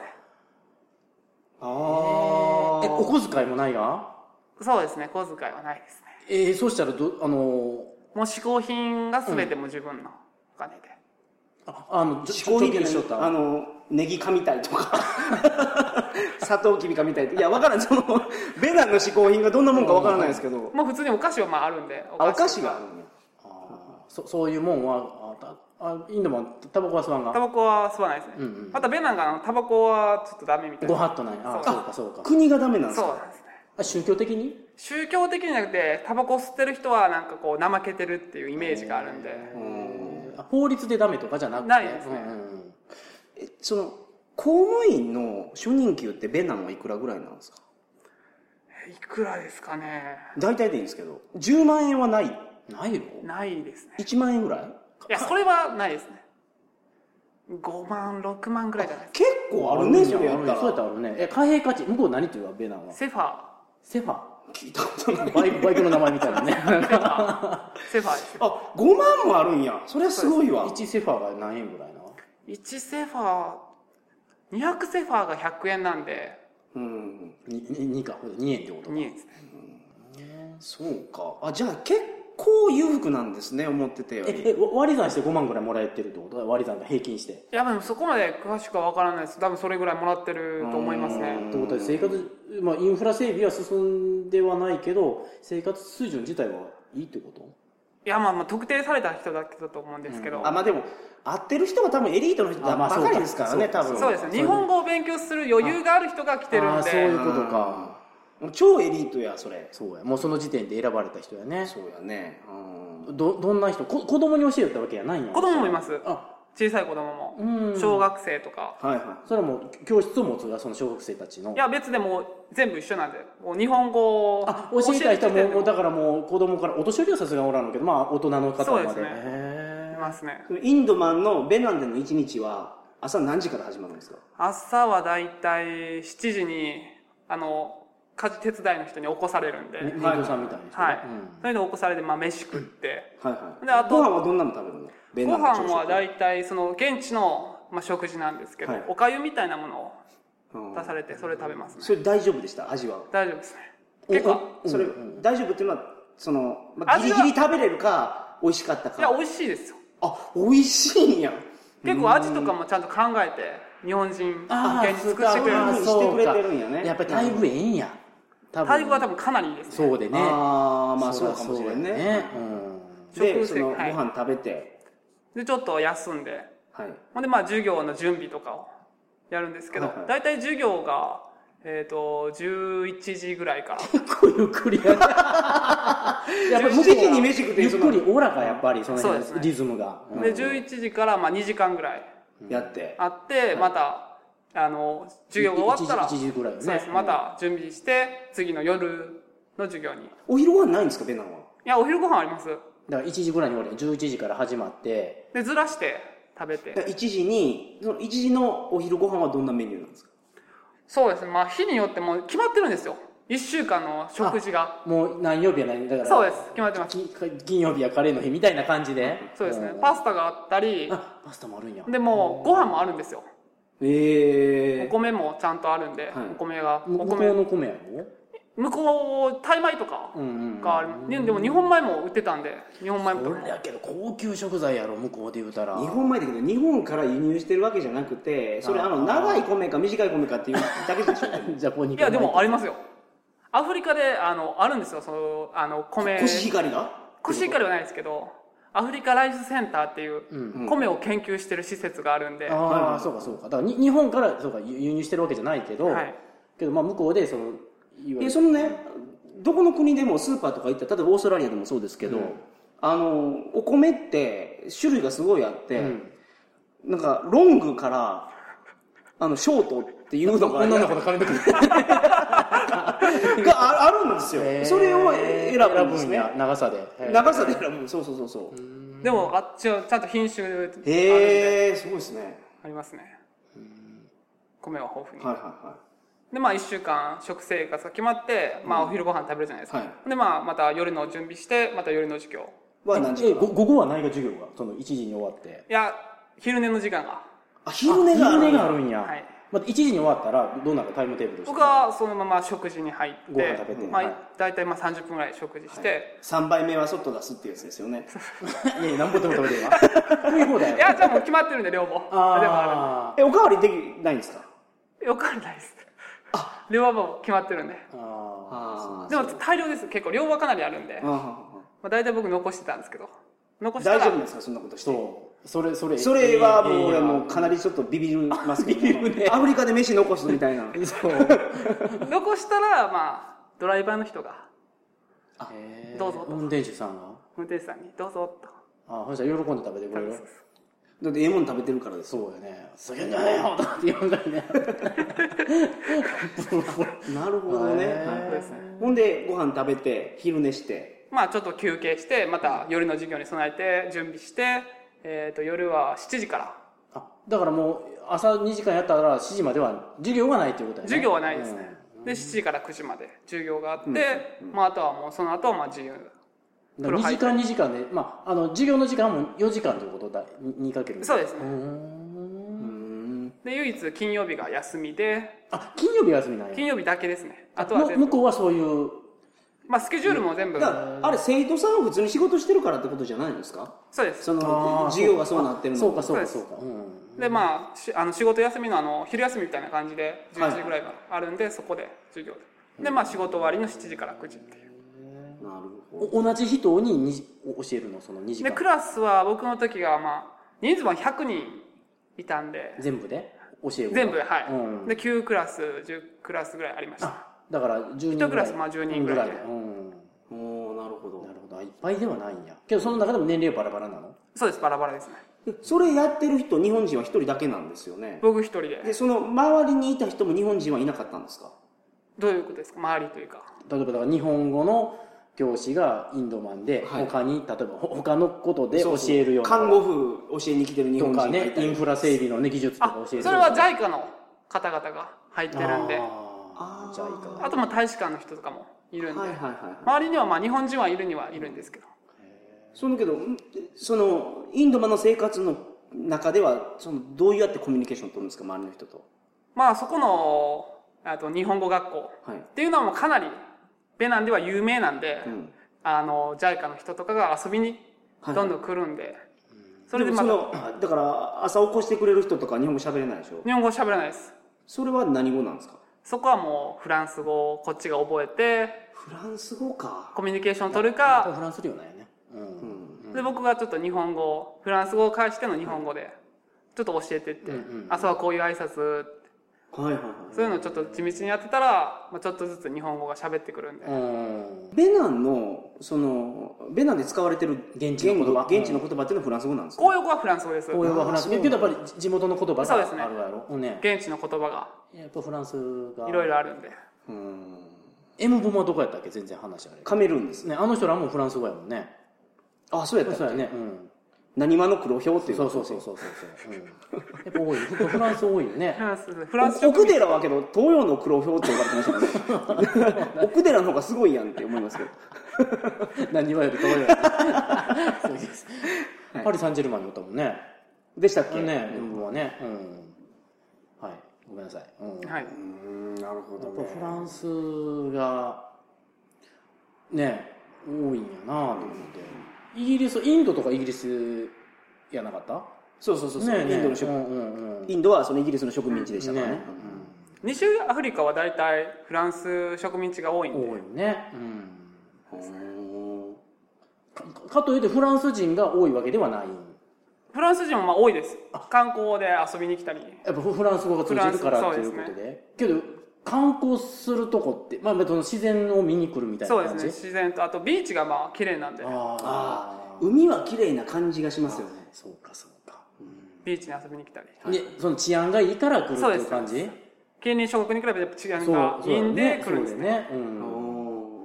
Speaker 1: あ
Speaker 2: えお小遣いもないが
Speaker 3: そうですね小遣いはないですね
Speaker 2: えー、そうしたらどあのー
Speaker 3: もう嗜好品が全てもう自分のお金で、
Speaker 2: ああの
Speaker 1: 嗜好品
Speaker 2: 貯金しとっ
Speaker 1: あ
Speaker 2: た
Speaker 1: のネギ噛みたいとか サトウキビ噛みたいとかいやわからんそのベナンの嗜好品がどんなもんかわからないですけど
Speaker 3: もう普通にお菓子はまああるんで
Speaker 1: あお菓子があるんや
Speaker 2: そそういうもんはあたあインドもタバコは吸わん
Speaker 3: タ
Speaker 2: が
Speaker 3: バコは吸わないですね、
Speaker 2: うんうん
Speaker 3: またベナンがあのタバコはちょっとダメみたい
Speaker 2: ご
Speaker 3: な
Speaker 2: 法度ないああそうかそうか
Speaker 1: 国がダメなんです
Speaker 3: そう
Speaker 1: か
Speaker 3: なんですね
Speaker 2: あ宗教的に
Speaker 3: 宗教的にじゃなくてタバコを吸ってる人はなんかこう怠けてるっていうイメージがあるんで、
Speaker 2: あ法律でダメとかじゃなくて
Speaker 3: ないですね
Speaker 2: うんうんうん
Speaker 1: えその公務員の初任給ってベナンはいくらぐらいなんですか
Speaker 3: いくらですかね
Speaker 1: 大体でいいんですけど10万円はない
Speaker 2: ないよ
Speaker 3: ないですね
Speaker 1: 1万円ぐらい
Speaker 3: いやそれはないですね5万6万ぐらいじゃないです
Speaker 1: 結構あるね
Speaker 2: んや
Speaker 1: それやったら
Speaker 2: そうやったらあるねえ貨幣価値向こう何って言うわベナンは
Speaker 3: かセファ
Speaker 2: セファ
Speaker 1: 聞いたことない
Speaker 2: バイクバイクの名前みたいなね
Speaker 3: ーセファーです
Speaker 1: あ5万もあるんやそれはすごいわ
Speaker 2: 1セファが何円ぐらいな
Speaker 3: 1セファー200セファーが100円なんで
Speaker 1: うん
Speaker 2: にに 2, か2円ってことか
Speaker 3: 2円ですね
Speaker 1: そうかあじゃあ結構裕福なんですね思ってたより
Speaker 2: ええわ割り算して5万ぐらいもらえてるってこと割り算が平均して
Speaker 3: いやでもそこまで詳しくは分からないです多分それぐらいもらってると思いますね
Speaker 2: ということで生活、まあ、インフラ整備は進んではないけど生活水準自体はいいってこと
Speaker 3: いやまあまあ特定された人だけだと思うんですけど、
Speaker 2: あまあでも会ってる人が多分エリートの人
Speaker 1: あ
Speaker 2: ば
Speaker 1: まあ
Speaker 2: かりですからね
Speaker 1: そうか
Speaker 2: 多分
Speaker 3: そうですね日本語を勉強する余裕がある人が来てる
Speaker 2: あ
Speaker 3: ん
Speaker 2: あ
Speaker 3: で
Speaker 2: そういうことか超エリートやそれそうやもうその時点で選ばれた人やね
Speaker 1: そうやね
Speaker 2: どどんな人こ子供に教えよったわけやないんや
Speaker 3: 子供もいます
Speaker 2: あ
Speaker 3: 小さい子供も
Speaker 2: うん
Speaker 3: 小学生とか
Speaker 1: はいは
Speaker 2: それはもう教室を持つがその小学生たちの
Speaker 3: いや別でもう全部一緒なんでもう日本語を
Speaker 2: あ教えたい人は
Speaker 3: 教え
Speaker 2: も
Speaker 3: て
Speaker 2: うもうだからもう子供からお年寄りはさすがにおらんのけどまあ大人の方
Speaker 3: そうで
Speaker 2: ますで
Speaker 3: ね
Speaker 2: へ
Speaker 3: いますね
Speaker 1: いインドマンのベナンでの一日は朝何時から始まるんですか
Speaker 3: 朝はだいたい7時にあの家事手伝いの人に起こされるんで、
Speaker 2: えメイドさんみたいな人ね
Speaker 3: はい
Speaker 2: うん
Speaker 3: そういうの起こされて、まあ、飯食って
Speaker 1: はいはい
Speaker 3: であ
Speaker 1: ご
Speaker 3: と
Speaker 1: 飯はどんなの食べるのベナ
Speaker 3: ご
Speaker 1: ンの
Speaker 3: 飯は
Speaker 1: 朝食
Speaker 3: 大体その現地の、まあ、食事なんですけど、
Speaker 1: はい
Speaker 3: おかゆみたいなものを
Speaker 1: うん
Speaker 3: 出されてそれ食べますね
Speaker 1: それ大丈夫でした味は
Speaker 3: 大丈夫ですね結構
Speaker 1: それ大丈夫っていうのはその、まあ、ギ
Speaker 3: 味
Speaker 1: リ
Speaker 3: は
Speaker 1: ギリ食べれるか美味しかった
Speaker 3: いや
Speaker 1: か
Speaker 3: 美味しいですよ
Speaker 1: あ美味しいんや
Speaker 3: 結構味とかもちゃんと考えて日本人
Speaker 2: あ
Speaker 3: 向けに作ってくれ
Speaker 1: あ
Speaker 3: る
Speaker 1: ー
Speaker 3: んで
Speaker 1: そう
Speaker 3: す
Speaker 1: してくれてるんやね
Speaker 2: やっぱり待遇ええんや多
Speaker 3: タイ語は多分かなりいいですね
Speaker 2: そうでね
Speaker 1: ああまあそうかもしれんね
Speaker 2: そうだねうん
Speaker 1: で
Speaker 3: 食
Speaker 1: そ
Speaker 3: 生
Speaker 1: のご
Speaker 3: はい
Speaker 1: 飯食べて
Speaker 3: でちょっと休んで
Speaker 1: はい
Speaker 3: ほんでまあ授業の準備とかをやるんですけど、
Speaker 1: はいはい
Speaker 3: 大体授業がえっ、と11時ぐらいから
Speaker 2: 結構ゆっくり ややっぱり
Speaker 1: 7時に飯食って
Speaker 2: ゆっ
Speaker 1: その
Speaker 2: くりおおらかやっぱりその
Speaker 3: そう
Speaker 2: 辺
Speaker 3: ですね
Speaker 2: リズムがうん
Speaker 3: で11時からまあ2時間ぐらい
Speaker 1: やって
Speaker 3: あってまた、あの授業が終わったら
Speaker 2: 1時1時ぐらいよね
Speaker 3: そうですまた準備して次の夜の授業にい
Speaker 1: お昼ご飯ないんですかベナンは
Speaker 3: やお昼ご飯あります
Speaker 2: だから1時ぐらいに俺11時から始まって
Speaker 3: でずらして食べ
Speaker 1: だか
Speaker 3: て
Speaker 1: ら1時にその1時のお昼ご飯はどんなメニューなんですか
Speaker 3: そうですねまあ日によってもう決まってるんですよ1週間の食事が
Speaker 2: もう何曜日や何だから
Speaker 3: そうです決まってます
Speaker 2: き金曜日やカレーの日みたいな感じで
Speaker 3: そうですね
Speaker 2: ん
Speaker 3: パスタがあったり
Speaker 2: あパスタもあるんや
Speaker 3: でもうご飯もあるんですよお
Speaker 1: ええ
Speaker 3: 米もちゃんとあるんで、
Speaker 1: はい
Speaker 3: お米が
Speaker 2: 向
Speaker 3: お
Speaker 2: こ
Speaker 3: 米
Speaker 2: うの米やろ
Speaker 3: 向こうタイ米とか
Speaker 2: うんうん
Speaker 3: がある、ででも日本米も売ってたんで日本米も
Speaker 2: 俺やけど高級食材やろ向こうで言うたら
Speaker 1: 日本米だけど日本から輸入してるわけじゃなくてそれあの長い米か短い米かっていうだけで しょ
Speaker 2: じゃあここに
Speaker 3: いやでもありますよアフリカであのあるんですよそのあの米
Speaker 1: コシヒカリが
Speaker 3: コシヒカリはないですけどアフリカライスセンターっていう
Speaker 1: うん
Speaker 3: 米を研究してる施設があるんで、
Speaker 2: ああそうかそうかだからに日本からそうか輸輸入してるわけじゃないけど、
Speaker 3: はい
Speaker 2: けどまあ向こうでそのいわゆる
Speaker 1: えそのねどこの国でもスーパーとか行ったら例えばオーストラリアでもそうですけど、あのお米って種類がすごいあって、なんかロングからあのショートっていうのが
Speaker 2: 女の子の髪の毛
Speaker 1: がああるんですよ、それを選ぶんですね
Speaker 2: 選ぶんや長さでへー
Speaker 1: 長さで選ぶんそうそうそうそう
Speaker 3: でもあっちはちゃんと品種あるんで
Speaker 1: へえすごいですね
Speaker 3: ありますね米は豊富に、
Speaker 1: はいは
Speaker 3: でまあ1週間食生活が決まって、まあ、お昼ご飯食べるじゃないですか、
Speaker 1: は
Speaker 3: でまあまた夜の準備してまた夜の授業
Speaker 1: いはいは何時
Speaker 2: え
Speaker 1: か
Speaker 2: ご午後はないが授業がその1時に終わって
Speaker 3: いや昼寝の時間が
Speaker 1: あ昼寝がある
Speaker 2: 昼
Speaker 1: ん
Speaker 2: 寝
Speaker 1: や
Speaker 2: があるんや、
Speaker 3: はい
Speaker 2: まあ、1時に終わったらどうなるかタイムテーブルですか
Speaker 3: 僕はそのまま食事に入って
Speaker 2: ご飯食べて
Speaker 3: まあ
Speaker 2: はい
Speaker 3: 大体まあ30分ぐらい食事して、
Speaker 1: 3杯目は外出すってやつですよね
Speaker 2: いやいや何本でも食べ てるわ食い放題
Speaker 3: い、
Speaker 2: や
Speaker 3: やじゃあもう決まってるんで量もでもあ
Speaker 2: あー
Speaker 1: えおかわりできないんですか
Speaker 3: るよくあるないです量はもう決まってるんで
Speaker 1: あ
Speaker 2: あ
Speaker 3: でも大量です結構量はかなりあるんで、ま
Speaker 1: あ
Speaker 3: あ、大体僕残してたんですけど残した
Speaker 1: 大
Speaker 3: ら
Speaker 1: 丈夫ですかそんなこと
Speaker 2: ー
Speaker 1: して
Speaker 2: そうそれそれ
Speaker 1: それはもう
Speaker 2: え
Speaker 1: 俺
Speaker 2: ー
Speaker 1: もうかなりちょっとビビりますけ ど、アフリカで飯残すみたいな
Speaker 2: そう
Speaker 3: 残したらまあドライバーの人が
Speaker 2: へー
Speaker 3: どうぞ
Speaker 2: 運転手さんが
Speaker 3: 運転手さんに「どうぞ」と
Speaker 2: ああほんじゃ喜んで食べてくれる
Speaker 1: だってええもん食べてるからです
Speaker 2: そうよねすげえんじゃねえよとかって呼んだりね
Speaker 1: なるほどね、
Speaker 2: へー
Speaker 1: はいほんでご飯食べて昼寝して
Speaker 3: まあちょっと休憩してまた夜の授業に備えて準備して、えー、と夜は7時から
Speaker 2: あだからもう朝2時間やったら7時までは授業がないっていうことやね
Speaker 3: 授業はないですね、で7時から9時まで授業があって、まあ、あとはもうその後はまあ自由
Speaker 2: だから2時間2時間で、まあ、あの授業の時間も4時間ということだ2かける
Speaker 3: そうです
Speaker 2: うー
Speaker 3: ね
Speaker 2: ん
Speaker 3: で唯一金曜日が休みで
Speaker 2: あ金曜日は休みなんや
Speaker 3: 金曜日だけですねあとは
Speaker 2: も
Speaker 3: 全部
Speaker 2: 向こうはそういう
Speaker 3: まあスケジュールも全部
Speaker 1: だからあれ生徒さんは普通に仕事してるからってことじゃないんですか
Speaker 3: そうです
Speaker 1: その授業がそうなってるの
Speaker 2: そうかそうかそ
Speaker 3: そうう
Speaker 2: かうん
Speaker 3: でまあしあの仕事休みのあの昼休みみたいな感じで
Speaker 1: はい
Speaker 3: 11時ぐらいがあるんで、そこで授業ででまあ仕事終わりの7時から9時っていう
Speaker 1: な
Speaker 2: なるほど。お同じ人にに教えるの、その2時
Speaker 3: で、
Speaker 2: 間。
Speaker 3: クラスは僕の時が、まあ、人数も100人いたんで、
Speaker 2: 全部で教えるの
Speaker 3: 全部、はい。
Speaker 2: うん
Speaker 3: で、9クラス、10クラスぐらいありました。
Speaker 2: あ、だから10人ぐらい。
Speaker 3: 一クラスまあ10人ぐらいで
Speaker 2: うん。もう、なるほど。なるほど。あいっぱいではないんや。けど、その中でも年齢バラバラなの
Speaker 3: そうです、バラバラですね。
Speaker 1: でそれやってる人日本人は一人だけなんですよね
Speaker 3: 僕一人で。
Speaker 1: でその周りにいた人も日本人はいなかったんですか
Speaker 3: どういうことですか周りというか。
Speaker 2: 例えば、だから日本語の教師がインドマンで、
Speaker 1: はい
Speaker 2: 他に、例えばほ他のことで教えるような。
Speaker 1: 看護婦教えに来てる日本
Speaker 2: と
Speaker 1: 人
Speaker 2: か
Speaker 1: がい
Speaker 2: ね、
Speaker 1: た
Speaker 2: イ
Speaker 1: り
Speaker 2: ンフラ整備のね、技術とか
Speaker 3: あ、そ
Speaker 2: 教え
Speaker 3: れ
Speaker 2: るような。
Speaker 3: は JICA の方々が入ってるんで、
Speaker 2: あーじゃあいいか
Speaker 3: あとまあ大使館の人とかもいるんで、
Speaker 1: はいはいはいはい
Speaker 3: 周りにはまあ日本人はいるにはいるんですけど。
Speaker 1: そのけどんそのインドマの生活の中ではそのどうやってコミュニケーション取るんですか周りの人と
Speaker 3: まあそこの、あと日本語学校
Speaker 1: はい
Speaker 3: っていうのはもうかなり、ベナンでは有名なんで、
Speaker 1: ん
Speaker 3: あの、JICA の人とかが遊びに
Speaker 1: はい
Speaker 3: どんどん来るんで、そ
Speaker 1: そ
Speaker 3: れ
Speaker 1: れ
Speaker 3: で
Speaker 1: で
Speaker 3: ま
Speaker 1: そ
Speaker 3: た
Speaker 1: のあだから朝起こしてくれる人とか日本語喋れないでしょ
Speaker 3: 日本語喋らないです。
Speaker 1: それは何語なんですか
Speaker 3: そこはもうフランス語をこっちが覚えて、
Speaker 1: フランス語か
Speaker 3: コミュニケーション取
Speaker 2: 多分
Speaker 3: るか、
Speaker 2: フランス領なんやね。うん。
Speaker 3: で、僕がちょっと日本語、フランス語を介しての日本語で、ちょっと教えてって、朝はこういう挨拶、
Speaker 1: はいはいはい
Speaker 3: そういうのをちょっと地道にやってたら、まあ、ちょっとずつ日本語が喋ってくるんで。
Speaker 2: うん。
Speaker 1: ベナンのそのベナンで使われてる
Speaker 2: 現地の言葉
Speaker 1: 言語現地の言葉っていうのはフランス語なんですか
Speaker 3: 公用語はフランス語です。
Speaker 2: 公用はフラン
Speaker 1: あ
Speaker 2: ス。
Speaker 1: そう
Speaker 2: けどやっぱり地元の言葉
Speaker 3: そうですね
Speaker 2: があるやろ。うんね。
Speaker 3: 現地の言葉が
Speaker 2: やっぱフランスが。
Speaker 3: いろいろあるんで。
Speaker 1: うん
Speaker 2: エムボマはどこやったっけ全然話あれ。
Speaker 1: カメルーンですね
Speaker 2: ね、あの人らもフランス語やもんね。
Speaker 1: あそうやった
Speaker 2: そう
Speaker 1: っ
Speaker 2: や
Speaker 1: け
Speaker 2: ね。うん。
Speaker 1: 何話の黒豹っていう
Speaker 2: そうそうそうそうそう。うん。やっぱ多い。フランス多いよね
Speaker 3: フ。ランス、フ
Speaker 1: フ
Speaker 3: ラ
Speaker 1: ラ
Speaker 3: ン
Speaker 1: ン
Speaker 3: ス
Speaker 1: ス
Speaker 3: 植
Speaker 1: 奥
Speaker 3: 民
Speaker 1: 寺はけど東洋の黒豹って呼ばれてましたね 奥寺の方がすごいやんって思いますけど
Speaker 2: 何言われると思うよ。そうです。パリ・サンジェルマンにおったもんね。
Speaker 1: でしたっけ
Speaker 2: ね、エムボマはね。うん。はい。ごめんなさい。うん。
Speaker 3: はい。
Speaker 1: うんなるほ
Speaker 2: やっぱフランスがね多いんやなと思って、イギリスインドとかイギリスやなかった
Speaker 1: そうそうそうそう、
Speaker 2: ねえねえ
Speaker 1: インドの植
Speaker 2: う
Speaker 1: 民
Speaker 2: んうんうん
Speaker 1: インドはそのイギリスの植民地でしたからね
Speaker 2: ね
Speaker 3: 西アフリカは大体フランス植民地が多いんで
Speaker 2: 多い。ね、うん
Speaker 1: うん
Speaker 2: か、かといってフランス人が多いわけではない
Speaker 3: フランス人もまあ多いです。観光で遊びに来たり。
Speaker 2: やっぱフランス語が通じるから
Speaker 3: フラ
Speaker 2: と
Speaker 3: ンス
Speaker 2: い
Speaker 3: そうう
Speaker 2: こ
Speaker 3: ですね
Speaker 2: とでけど観光するとこって、まあ、まあその自然を見に来るみたい
Speaker 3: そう
Speaker 2: な
Speaker 3: です
Speaker 2: 感
Speaker 3: ね。
Speaker 2: じ、
Speaker 3: 自然と、あとビーチがまあ綺麗なんで、
Speaker 2: あー
Speaker 1: 海は綺麗な感じがしますよね
Speaker 2: そうかそうか、
Speaker 3: ビーチに遊びに来たり。
Speaker 2: でその治安がいいから来るって
Speaker 3: そう
Speaker 2: い
Speaker 3: で
Speaker 2: う
Speaker 3: す
Speaker 2: 感じ
Speaker 3: 近隣諸国に比べてやっぱ治安
Speaker 2: そう
Speaker 3: が
Speaker 2: そう
Speaker 3: いいんで来るんです
Speaker 2: そう
Speaker 3: ね。
Speaker 2: だよね、うん
Speaker 1: おー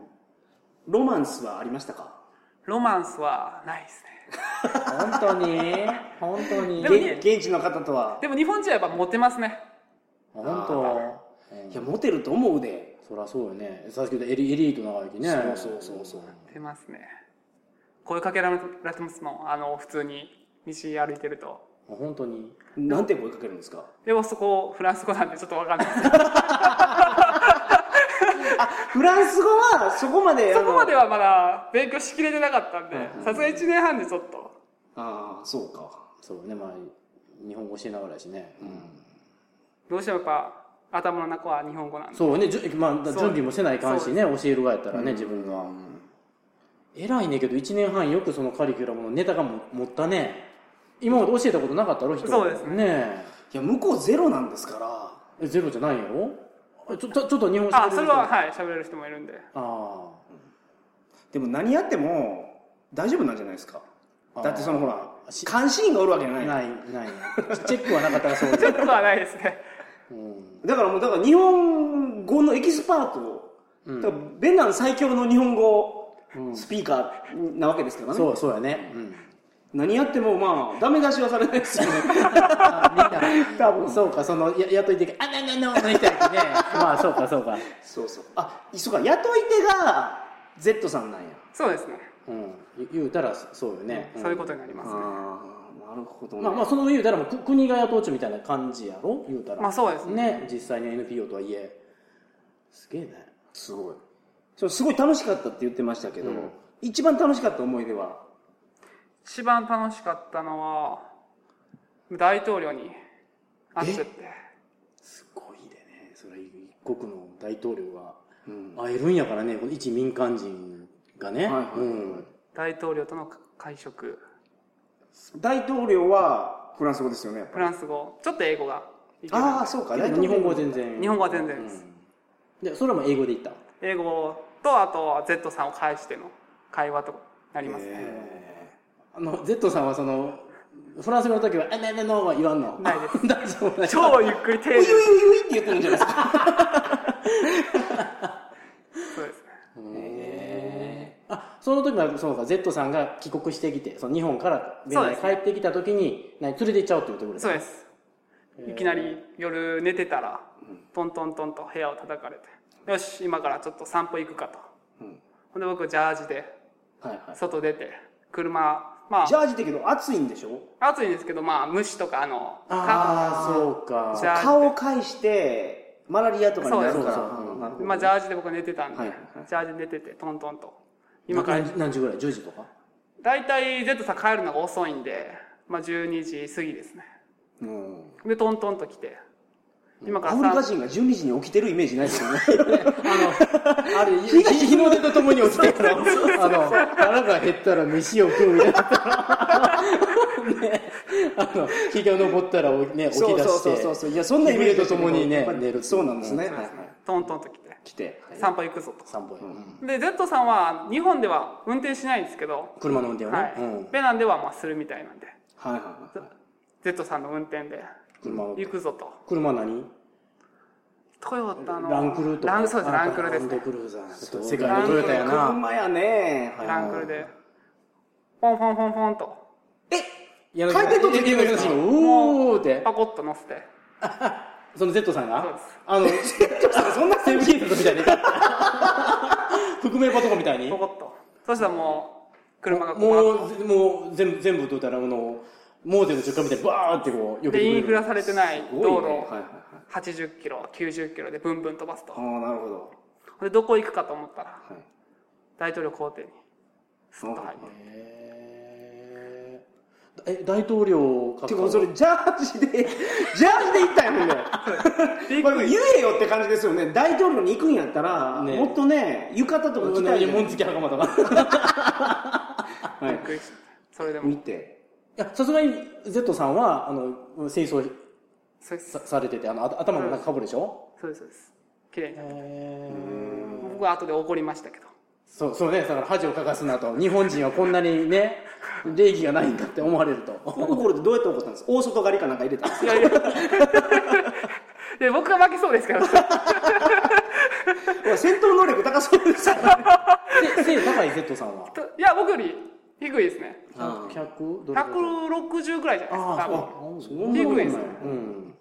Speaker 1: ロマンスはありましたか
Speaker 3: ロマンスはないですね。
Speaker 2: 本当に本当に
Speaker 3: でも
Speaker 1: げ現地の方とは
Speaker 3: でも日本人はやっぱモテますね。
Speaker 2: 本当
Speaker 1: いやモテると思うで
Speaker 2: そりゃそうよねさっき言ったエリエリート長生きね
Speaker 1: そうそうそうそう
Speaker 3: 出ますね声かけられてますもんあの普通に道歩いてると
Speaker 2: 本当に
Speaker 1: なんて声かけるんですか
Speaker 3: でもそこフランス語なんでちょっとわかんない
Speaker 1: フランス語はそこまで
Speaker 3: そこま
Speaker 1: で
Speaker 3: ではまだ勉強しきれてなかったんでさすが1年半でちょっと
Speaker 1: ああそうか
Speaker 2: そうねまあ日本語教えながらやしね、
Speaker 3: どうしてもやっぱ頭の中は日本語なんで
Speaker 2: そうねじゅ、まあ、準
Speaker 3: う
Speaker 2: 備もせないかんしね教えるがやったらね、自分が、偉いねんけど1年半よくそのカリキュラムのネタがも持ったね今まで教えたことなかったろ人
Speaker 3: そうですね
Speaker 2: ね
Speaker 1: いや向こうゼロなんですから
Speaker 2: えゼロじゃないやろあちょちょちょっと日本喋れる
Speaker 3: あ
Speaker 2: 人
Speaker 3: それははい喋れる人もいるんで
Speaker 2: あ
Speaker 1: でも何やっても大丈夫なんじゃないですか
Speaker 2: あー
Speaker 1: だってそのほら
Speaker 2: し
Speaker 1: 監視員がおるわけじゃ
Speaker 2: あ
Speaker 1: ない
Speaker 2: ないないチェックはなかったらそう
Speaker 3: ちょっとはないですね
Speaker 1: だからもうだから日本語のエキスパート、だからベナン最強の日本語スピーカーなわけですからね、
Speaker 2: そうそうやね、うん、
Speaker 1: 何やってもまあダメ出しはされないですよね
Speaker 2: あみんな
Speaker 1: 多分
Speaker 2: そうかそのや雇い手が「あななな」の人やきねまあそうかそうか
Speaker 1: そうそうあそうか雇い手が Z さんなんや
Speaker 3: そうですね、
Speaker 2: うん言言うたらそそうよね、うん
Speaker 3: そういうことになりますね
Speaker 1: ああなるほどね、
Speaker 2: まあまあその言うたらもうく国が雇うちみたいな感じやろ言うたら
Speaker 3: まあそうですね
Speaker 2: ね実際に NPO とはいえすげえね
Speaker 1: すごいそうすごい楽しかったって言ってましたけど、一番楽しかった思い出は
Speaker 3: 一番楽しかったのは大統領に会っちゃって
Speaker 2: すごいでねそれ一国の大統領が会えるんやからねこの一民間人がね、
Speaker 1: はいはいはい
Speaker 2: うん
Speaker 3: 大統領との会食
Speaker 1: 大統領はフランス語ですよね、やっ
Speaker 3: フ
Speaker 1: ぱり。
Speaker 3: ランス語ちょっと英語が
Speaker 1: ああ、そうか、大統
Speaker 2: でも
Speaker 1: 領
Speaker 2: 日本語は全然
Speaker 3: 日本語は全然です、
Speaker 2: でそれも英語で言った
Speaker 3: 英語とあとは Z さんを介しての会話となりますね、
Speaker 2: あの Z さんはそのフランス語の時は「あななの」は言わんの
Speaker 3: ないです
Speaker 2: 大丈夫大丈夫
Speaker 3: 超ゆっくり丁寧
Speaker 2: う
Speaker 3: に
Speaker 2: いういういういって言ってるんじゃないですか
Speaker 3: そうですね
Speaker 2: あその時はそうか Z さんが帰国してきてその日本から現
Speaker 3: そうです
Speaker 2: 在帰ってきた時に何連れて行っちゃおうって言ってくれた
Speaker 3: そうですいきなり夜寝てたらトントントンと部屋を叩かれてよし今からちょっと散歩行くかと、ほんで僕ジャージで
Speaker 2: はいはい
Speaker 3: 外出て車ま
Speaker 1: ジャージだけど暑いんでしょ
Speaker 3: あ暑いんですけどまあ虫とかあの
Speaker 2: ああそうか
Speaker 3: じゃあ
Speaker 1: 顔を返して、マラリアとかになるから。
Speaker 3: そ
Speaker 2: そ
Speaker 3: う
Speaker 2: うそう
Speaker 1: うんなるほど
Speaker 3: まあ、ジャージで僕寝てたんで、
Speaker 1: はいはい
Speaker 3: ジャージで寝ててトントンと今
Speaker 2: 今
Speaker 3: か
Speaker 2: からら何時ぐらい10時とか
Speaker 3: 大体 Z さん帰るのが遅いんで、まあ、12時過ぎですね
Speaker 1: うん
Speaker 3: でトントンと来て今
Speaker 1: ア
Speaker 3: から
Speaker 1: フリ
Speaker 3: 散
Speaker 1: カ人が12時に起きてるイメージないですよね。
Speaker 2: あれ日日の出とともに起きてからあの腹が減ったら飯を食うみたいなねあの日が昇ったらおね起き出して
Speaker 1: そうそう。いや、そんなイメージだけど
Speaker 2: 日暮れとともにね
Speaker 1: やっぱり
Speaker 2: 寝る
Speaker 1: そうなんですね。
Speaker 2: う
Speaker 1: はい
Speaker 2: ん
Speaker 1: はい。
Speaker 3: トントンと来て
Speaker 1: 来て。
Speaker 3: 散歩行くぞと
Speaker 2: 散歩へ
Speaker 3: で Z さんは日本では運転しないんですけど、
Speaker 2: 車の運転をね、
Speaker 3: はい
Speaker 2: うん
Speaker 3: ベナンではまあするみたいなんで
Speaker 1: はいはいはい。
Speaker 3: Z さんの運転で
Speaker 2: 車を
Speaker 3: 行くぞと
Speaker 2: 車何
Speaker 3: トヨタの
Speaker 2: ランクルとか
Speaker 3: ランそうですランクルです
Speaker 2: ラ
Speaker 3: ね
Speaker 2: ンクルーザー世界のトヨタやな
Speaker 1: 車やね。はい
Speaker 3: ランクルでポンポンポンポンと
Speaker 2: 回
Speaker 1: 回転と
Speaker 2: と
Speaker 1: できるんですか
Speaker 2: おーって
Speaker 3: パコッと乗せて
Speaker 2: その Z さん
Speaker 3: そう
Speaker 2: が
Speaker 3: です
Speaker 2: あのそんなセーブ警察みたい な覆面パトカーみたいに
Speaker 3: ポコッとそしたらもう車がこう
Speaker 2: もう、もう、全部、全部取ったら、あの、モーゼの直下みたいにバーってこう、避けてく
Speaker 3: で
Speaker 2: れる
Speaker 3: インフラされてない
Speaker 1: すごいね
Speaker 3: 道路を
Speaker 1: はいはいはい
Speaker 3: 80キロ90キロでブンブン飛ばすと
Speaker 1: ああ、なるほど。
Speaker 3: でどこ行くかと思ったら
Speaker 1: はい
Speaker 3: 大統領公邸にスッと入って
Speaker 2: へーえ、大統領か
Speaker 1: てか、それ、ジャージで、ジャージで行ったんやもんね。まあ言えよって感じですよね。大統領に行くんやったら、
Speaker 2: ね
Speaker 1: もっとね、浴衣とか着たいじゃない
Speaker 2: 紋付き袴とか。
Speaker 3: びっくりしてそれでも
Speaker 1: 見て。
Speaker 2: いや、さすがに、Z さんは、あの、清掃
Speaker 3: そうです
Speaker 2: さされてて、あの、あ頭の中かぶるでしょ
Speaker 3: そうですそうです綺麗になって
Speaker 2: へー
Speaker 3: 僕は後で怒りましたけど
Speaker 2: そう、そうね、だから恥をかかすなと。日本人はこんなにね、礼儀がないんだって思われると。
Speaker 1: 怒るってどうやって怒ったんですか大外刈りかなんか入れたんです
Speaker 3: いやいやいや僕が負けそうですから
Speaker 1: か戦闘能力高そうですよね。
Speaker 2: せ背高い Z さんは。
Speaker 3: いや僕より低いですね
Speaker 2: 100? どれぐらい
Speaker 3: 160ぐらいじゃないですか多分
Speaker 2: ああ、そ
Speaker 3: 低いですね
Speaker 2: うん。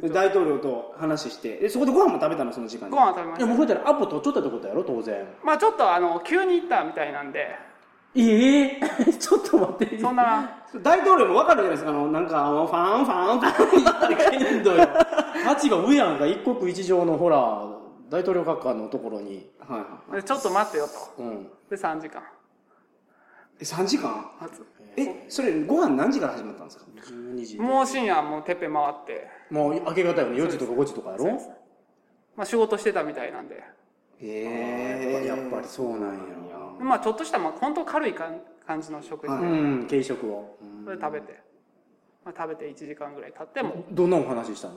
Speaker 1: で大統領と話してでそこでご飯も食べたのその時間に
Speaker 3: ご飯食べま
Speaker 2: い
Speaker 3: し
Speaker 2: や、
Speaker 3: た
Speaker 2: もうこうやったらアポ取っちゃったってことやろ、当然。
Speaker 3: まあちょっとあの急に行ったみたいなんで
Speaker 2: ええ ちょっと待って。
Speaker 3: そんな
Speaker 1: 大統領もわかるじゃないですかあのなんかあのファンファンファン
Speaker 2: けんどよ。立場上やんか、一国一城のほら、大統領閣下のところに。
Speaker 1: はいは
Speaker 3: でちょっと待ってよと
Speaker 2: うん。
Speaker 3: で3時間
Speaker 1: いえ3時間
Speaker 3: 待つ
Speaker 1: えそれご飯何時から始まったんですか
Speaker 2: 12時。
Speaker 3: もう深夜もうてっぺん回って、
Speaker 2: もう明け方よね、4時とか5時とかやろ
Speaker 3: まあ、仕事してたみたいなんで
Speaker 1: へえ
Speaker 2: やっぱりそうなんや。
Speaker 3: まあちょっとしたまあ本当軽いかん感じの食事、
Speaker 1: は
Speaker 2: うん、軽食を。うん
Speaker 3: それ食べて、まあ、食べて1時間ぐらい経っても、
Speaker 2: どんなお話したの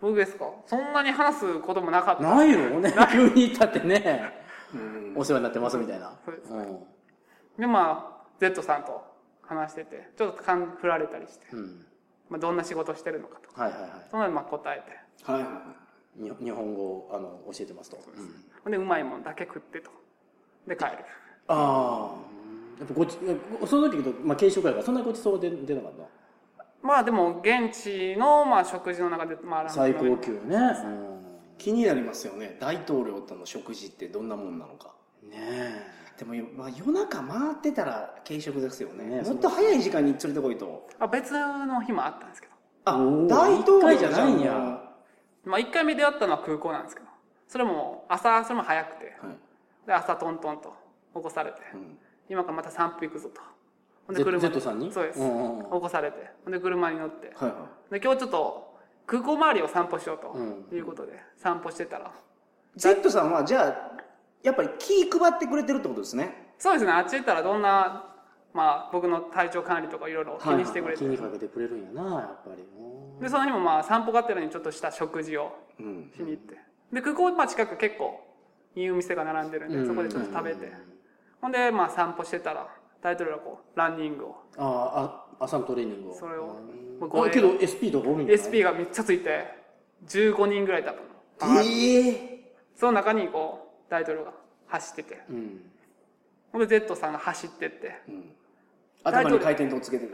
Speaker 3: 僕ですかそんなに話すこともなかった
Speaker 2: ないよね。 急に行ったってね。
Speaker 1: うん
Speaker 2: お世話になってますみたいな。
Speaker 3: そうで
Speaker 2: うん。
Speaker 3: でまあ Z さんと話しててちょっと勘振られたりして、
Speaker 2: うん。
Speaker 3: まあ、どんな仕事してるのかとか
Speaker 2: はいはいは。
Speaker 3: そのまま答えて
Speaker 1: はいはいはい
Speaker 2: に日本語を、あの、教えてますと。うん
Speaker 3: ほんでうまいもんだけ食ってとで帰る
Speaker 2: ああやっぱごちその時と、まあ、軽食やからそんなごちそうで出なかっ
Speaker 3: まあでも現地のまあ食事の中でまあラ
Speaker 2: た
Speaker 3: ン
Speaker 2: 最
Speaker 3: チの上
Speaker 2: 高
Speaker 3: に
Speaker 2: 級ね、
Speaker 1: い気になりますよね大統領との食事ってどんなもんなのか
Speaker 2: うん、ね
Speaker 1: でも、まあ、夜中回ってたら軽食ですよね
Speaker 2: ね
Speaker 1: もっと早い時間に連れてこいと
Speaker 3: あ別の日もあったんですけど
Speaker 1: あ
Speaker 2: おー
Speaker 1: 大統領
Speaker 2: 一回じゃないんや
Speaker 1: は
Speaker 3: まあ、1回目出会ったのは空港なんですけどそれも朝それも早くて
Speaker 1: い
Speaker 3: で朝トントンと起こされて、
Speaker 1: ん
Speaker 3: 今からまた散歩行くぞとほ
Speaker 2: え Z, Z さんに
Speaker 3: そうです、
Speaker 2: んうん
Speaker 3: 起こされてほんで車に乗って
Speaker 1: はいはい
Speaker 3: で今日ちょっと空港周りを散歩しようと
Speaker 2: う
Speaker 3: いうことで、散歩してたら
Speaker 1: Z さんはじゃあ
Speaker 2: やっぱり気配ってくれてるってことですね。
Speaker 3: そうですね、あっち行ったらどんな、まあ、僕の体調管理とかいろいろ気にしてくれ
Speaker 2: は
Speaker 3: て、
Speaker 2: いはい気にかけてくれるんやな、やっぱり。おー
Speaker 3: で、その日もまあ、散歩がてらにちょっとした食事を
Speaker 2: うん
Speaker 3: しに行って。で、空港、まあ、近く結構、いいお店が並んでるんで、そこでちょっと食べて。ほんで、まあ、散歩してたら、タイトルがこう、ランニングを。
Speaker 2: あーあ、朝のトレーニングを。
Speaker 3: それを
Speaker 2: うん
Speaker 3: まあご
Speaker 2: あ
Speaker 3: 縁
Speaker 2: けど SP とか多いんじゃない
Speaker 3: SP がめっちゃついて、15人ぐらい多分。
Speaker 2: ええ
Speaker 3: その中にこう、タイトルが走ってて。
Speaker 2: うん。
Speaker 3: ほんで、Z さんが走ってって。
Speaker 2: 頭に回転灯つけてる。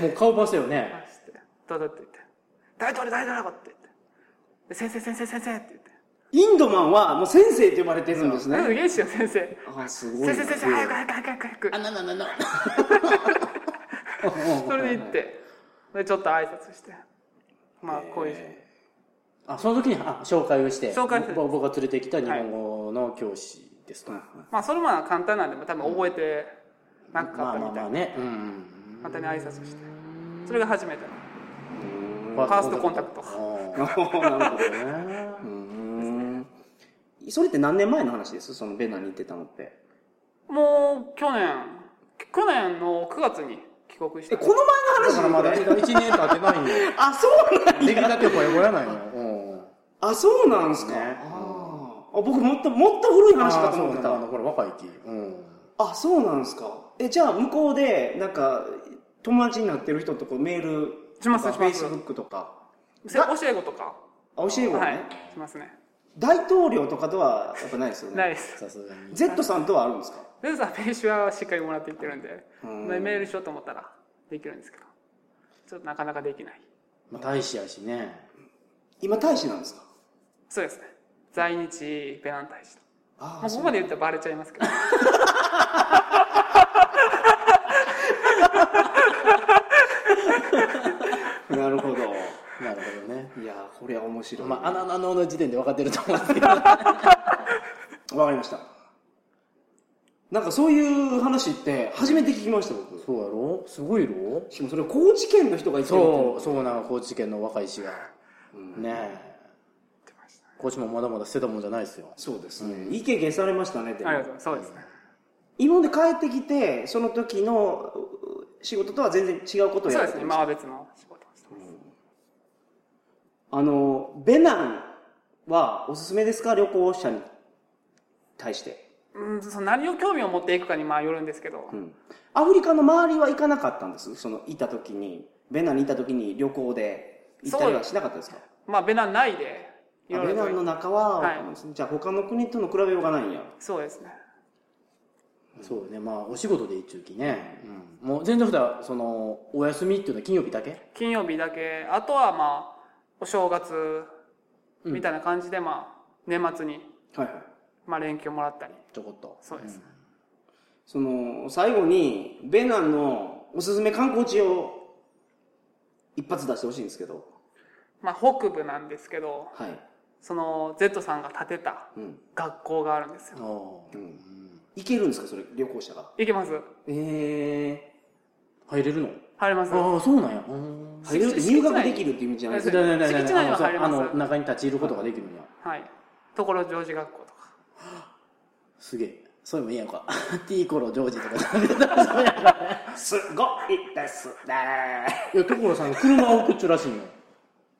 Speaker 2: もう顔パスよね。
Speaker 3: 走って、ドドって言って。大統領、大統領って言って。で、先生、先生、先生って言って。
Speaker 1: インドマンはもう先生って呼ばれてるんですね
Speaker 3: すげえっしょ、先生。
Speaker 2: あ、すごいな。
Speaker 3: 先生、先生、 早く早く早く早く
Speaker 4: あ。なななな。
Speaker 3: それで行って、で、ちょっと挨拶して。まあ、こういう。
Speaker 2: えーあ、その時にあ紹介をして、
Speaker 3: 紹介する
Speaker 2: 僕僕が連れてきた日本語の教師ですと。
Speaker 3: まあ、それも簡単なんで、多分覚えてな
Speaker 2: ま
Speaker 3: かっ
Speaker 2: あ
Speaker 3: た
Speaker 2: まあ
Speaker 3: みた
Speaker 2: まあ
Speaker 3: い。
Speaker 2: ね。うん
Speaker 3: 簡単に挨拶して。それが初めての。
Speaker 2: うん。フ
Speaker 3: ァーストコンタクト
Speaker 2: あーなるほどね。
Speaker 1: うんそれって何年前の話ですそのベナに行ってたのって
Speaker 3: もう、去年、去年の9月に帰国して。
Speaker 1: この
Speaker 2: だ
Speaker 1: 前
Speaker 2: か
Speaker 1: の
Speaker 2: ら
Speaker 1: 話
Speaker 2: まだ1年経ってないんよ。
Speaker 1: あそうなん
Speaker 2: 出来たてほやほやなんよ。うん
Speaker 1: あそうなんすか、
Speaker 2: ね
Speaker 1: あーあ僕もっともっと古い話かと思って
Speaker 2: あ
Speaker 1: た
Speaker 2: の、これ若いき。うん。
Speaker 1: あそうなんすかえじゃあ向こうでなんか友達になってる人とこうメール
Speaker 3: しますし
Speaker 1: フェ
Speaker 3: ま
Speaker 1: イ
Speaker 3: す
Speaker 1: スブックとか
Speaker 3: せ教え子とか。
Speaker 1: あ教え子ね、
Speaker 3: はい。しますね。
Speaker 1: 大統領とかとはやっぱないですよね
Speaker 3: ないです。
Speaker 2: さすがに。
Speaker 1: Z さんとはあるんですか
Speaker 3: でもさ、練習はしっかりもらっていってるんで、
Speaker 1: うん
Speaker 3: メールしようと思ったらできるんですけど、ちょっとなかなかできない。
Speaker 2: まあ、大使やしね。
Speaker 1: 今大使なんですか
Speaker 3: そうですね。在日ベナン大使と。
Speaker 1: あ
Speaker 3: まあ、ここまで言ったらバレちゃいますけど。
Speaker 1: あなるほど
Speaker 2: なるほどね。
Speaker 1: いやーこれは面白い
Speaker 2: ま
Speaker 1: わ、
Speaker 2: あ、あの、あの、の時点で分かってると思うんですけど。
Speaker 1: かりましたなんかそういう話って初めて聞きました僕
Speaker 2: そうやろすごいろ
Speaker 1: しかもそれ高知県の人が言ってるっていうの
Speaker 2: そう、そうなの、高知県の若い氏が。ねえ。高知もまだまだ捨てたもんじゃないですよ。
Speaker 1: そうですね、いい経験されましたねでも
Speaker 3: ありがとうございます。そうですね。
Speaker 1: 日本で帰ってきてその時のう仕事とは全然違うことを
Speaker 3: そう
Speaker 1: やって
Speaker 3: です
Speaker 1: る
Speaker 3: ね。今は別の仕事をしてます。
Speaker 1: あのベナンはおすすめですか旅行者に対して、
Speaker 3: うん、その何を興味を持っていくかにまあよるんですけど、
Speaker 1: うん、アフリカの周りは行かなかったんですそのいた時にベナンにいた時に旅行で行ったりはしなかったですか
Speaker 3: まあベナン内で、い
Speaker 1: あ
Speaker 3: ろ
Speaker 1: ベ
Speaker 3: いろ
Speaker 1: ナ
Speaker 3: と
Speaker 1: ンの中は、
Speaker 3: はい
Speaker 1: じゃあ他の国との比べようがないんや
Speaker 3: そうですね。
Speaker 2: そうね。まあ、お仕事で一中期ね。うん。もう、全然普段、その、お休みっていうのは金曜日だけ
Speaker 3: 金曜日だけ、あとはまあ、お正月みたいな感じで、まあ、年末に、
Speaker 1: はいはい
Speaker 3: まあ、連休もらったり、
Speaker 2: ちょこっと。
Speaker 3: そうですね。
Speaker 1: その最後にベナンのおすすめ観光地を一発出してほしいんですけど
Speaker 3: まあ、北部なんですけど、
Speaker 1: はい、
Speaker 3: その Z さんが建てた
Speaker 1: うん、
Speaker 3: 学校があるんですよ。
Speaker 2: ああ。
Speaker 1: 行けるんですかそれ旅行者が
Speaker 3: 行けます
Speaker 1: え
Speaker 2: 入れるの
Speaker 3: 入れます
Speaker 2: ああ、そうなんや。うん
Speaker 1: え。入れるって入学できるって意味じゃないですか
Speaker 3: 敷地内に敷地内は入れ
Speaker 2: あ
Speaker 3: ます
Speaker 2: の、中に立ち入ることができるんや。
Speaker 3: はい。ところジョージ学校とか。
Speaker 2: すげえ。そういうのいいやんか。 ティーコロ、ジョージとか。
Speaker 1: すごいですね
Speaker 2: いや、所さん、車を送っちゅうらしいのよ。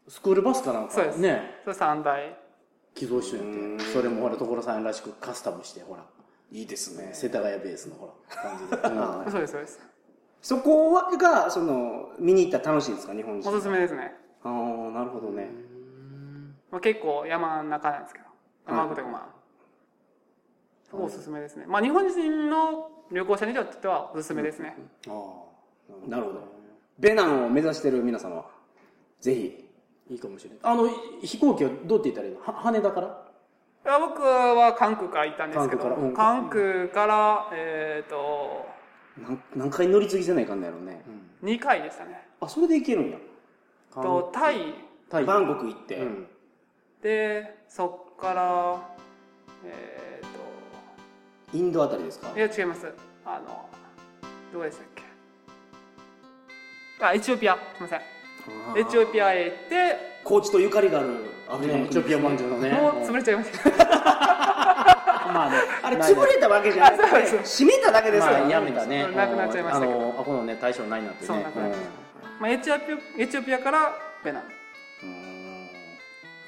Speaker 2: スクールバスかなんか。
Speaker 3: そうです
Speaker 2: ね。
Speaker 3: それ三大。
Speaker 2: 寄贈しとんやって。それもほら、所さんらしくカスタムして、ほら。
Speaker 1: いいですね
Speaker 2: 世田谷ベースのほら、感じで。うん
Speaker 3: そうです、そうです。
Speaker 1: そこはがその見に行ったら楽しいんですか日本人
Speaker 3: おすすめですね。
Speaker 1: ああなるほどね
Speaker 3: まあ、結構山の中なんですけど。山奥というかまあ。そこおすすめですね。まあ、日本人の旅行者にとってはおすすめですね。
Speaker 2: あ
Speaker 1: なるほどベナンを目指してる皆様はぜひ
Speaker 2: あ、いいかもしれない。あの、飛行機はどうって言ったらいいのは羽田から
Speaker 3: いや僕は関空から行ったんですけど、
Speaker 2: 関
Speaker 3: 関空から、えっ、と、
Speaker 1: なん何回乗り継ぎせないかんのやろうね、
Speaker 3: 2回でしたね。
Speaker 1: あそれで行けるんや
Speaker 3: と、タイ
Speaker 2: タイ。
Speaker 1: バンコク行って、
Speaker 2: うん。
Speaker 3: で、そっから、えっ、と、
Speaker 1: インドあたりですか
Speaker 3: いや違いますあのどこでしたっけあエチオピアすいませんエチオピアへ行って
Speaker 1: 高知とゆかりがあるアフリカ
Speaker 2: ね
Speaker 1: の
Speaker 2: エチオ
Speaker 1: 国
Speaker 2: ピアまんじゅうのね。
Speaker 3: もう潰れちゃいまし た。
Speaker 1: まあねあれ
Speaker 2: ないね
Speaker 1: 潰れたわけじゃな
Speaker 3: あそう
Speaker 1: く
Speaker 3: そう
Speaker 1: て閉めただけですから
Speaker 2: まあ、やめたね。
Speaker 3: なくなっちゃいましたけど
Speaker 2: あの、アホのね、対象ないなってね。
Speaker 3: そうなくなっちゃいまし
Speaker 2: う
Speaker 3: まあ、エチオピアエチオピアからベナン。
Speaker 2: ん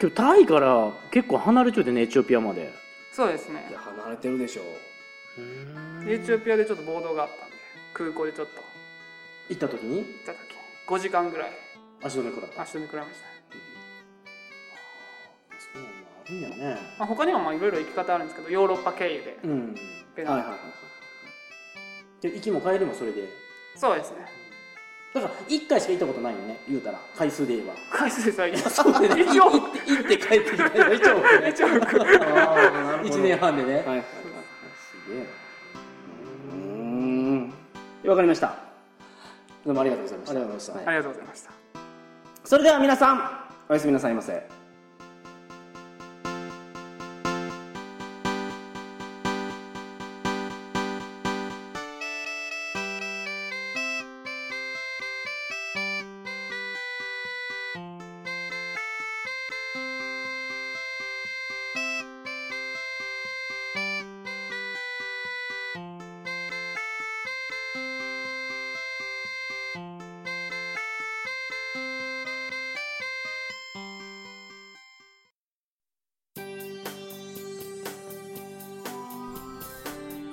Speaker 2: けど、タイから結構離れちゃうでね、エチオピアまで。
Speaker 3: そうですね
Speaker 1: いや。離れてるでしょう
Speaker 3: エチオピアでちょっと暴動があったんで、空港でちょっと
Speaker 2: 行った時に
Speaker 3: 行った時、5時間ぐらい
Speaker 2: 足止め食らった。
Speaker 3: 足止め食らいましたね。
Speaker 2: そうなんだあるんやね。
Speaker 3: まあ、他にもまあいろいろ行き方あるんですけど、ヨーロッパ経由で
Speaker 2: うん。
Speaker 3: ベ
Speaker 2: は
Speaker 3: ナ
Speaker 2: い
Speaker 3: ン。
Speaker 2: はいはいはい。で、行きも帰りもそれで。
Speaker 3: そうですね。
Speaker 2: だから、一回しか行ったことないよね、言うたら。回数で言えば。
Speaker 3: 回数で最近。
Speaker 2: そうだね。
Speaker 3: 一応
Speaker 2: 行って、行って帰ってきたのが一応ね。
Speaker 3: エチオピア
Speaker 2: 一年半でね。
Speaker 1: はいはいはい
Speaker 2: すげえな。
Speaker 1: うーんわかりました
Speaker 2: どうもありがとうございました。
Speaker 1: ありがとうございま
Speaker 2: は
Speaker 3: ありがとうございました。
Speaker 1: それでは皆さんおやすみなさいませ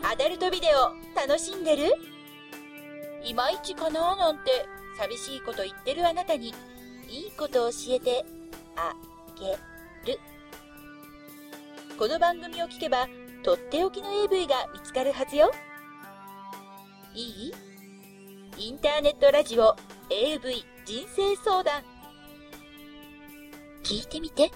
Speaker 5: アダルトビデオ楽しんでるいまいちかなーなんて寂しいこと言ってるあなたにいいことを教えてあげるこの番組を聞けばとっておきの AV が見つかるはずよいいインターネットラジオ AV 人生相談聞いてみて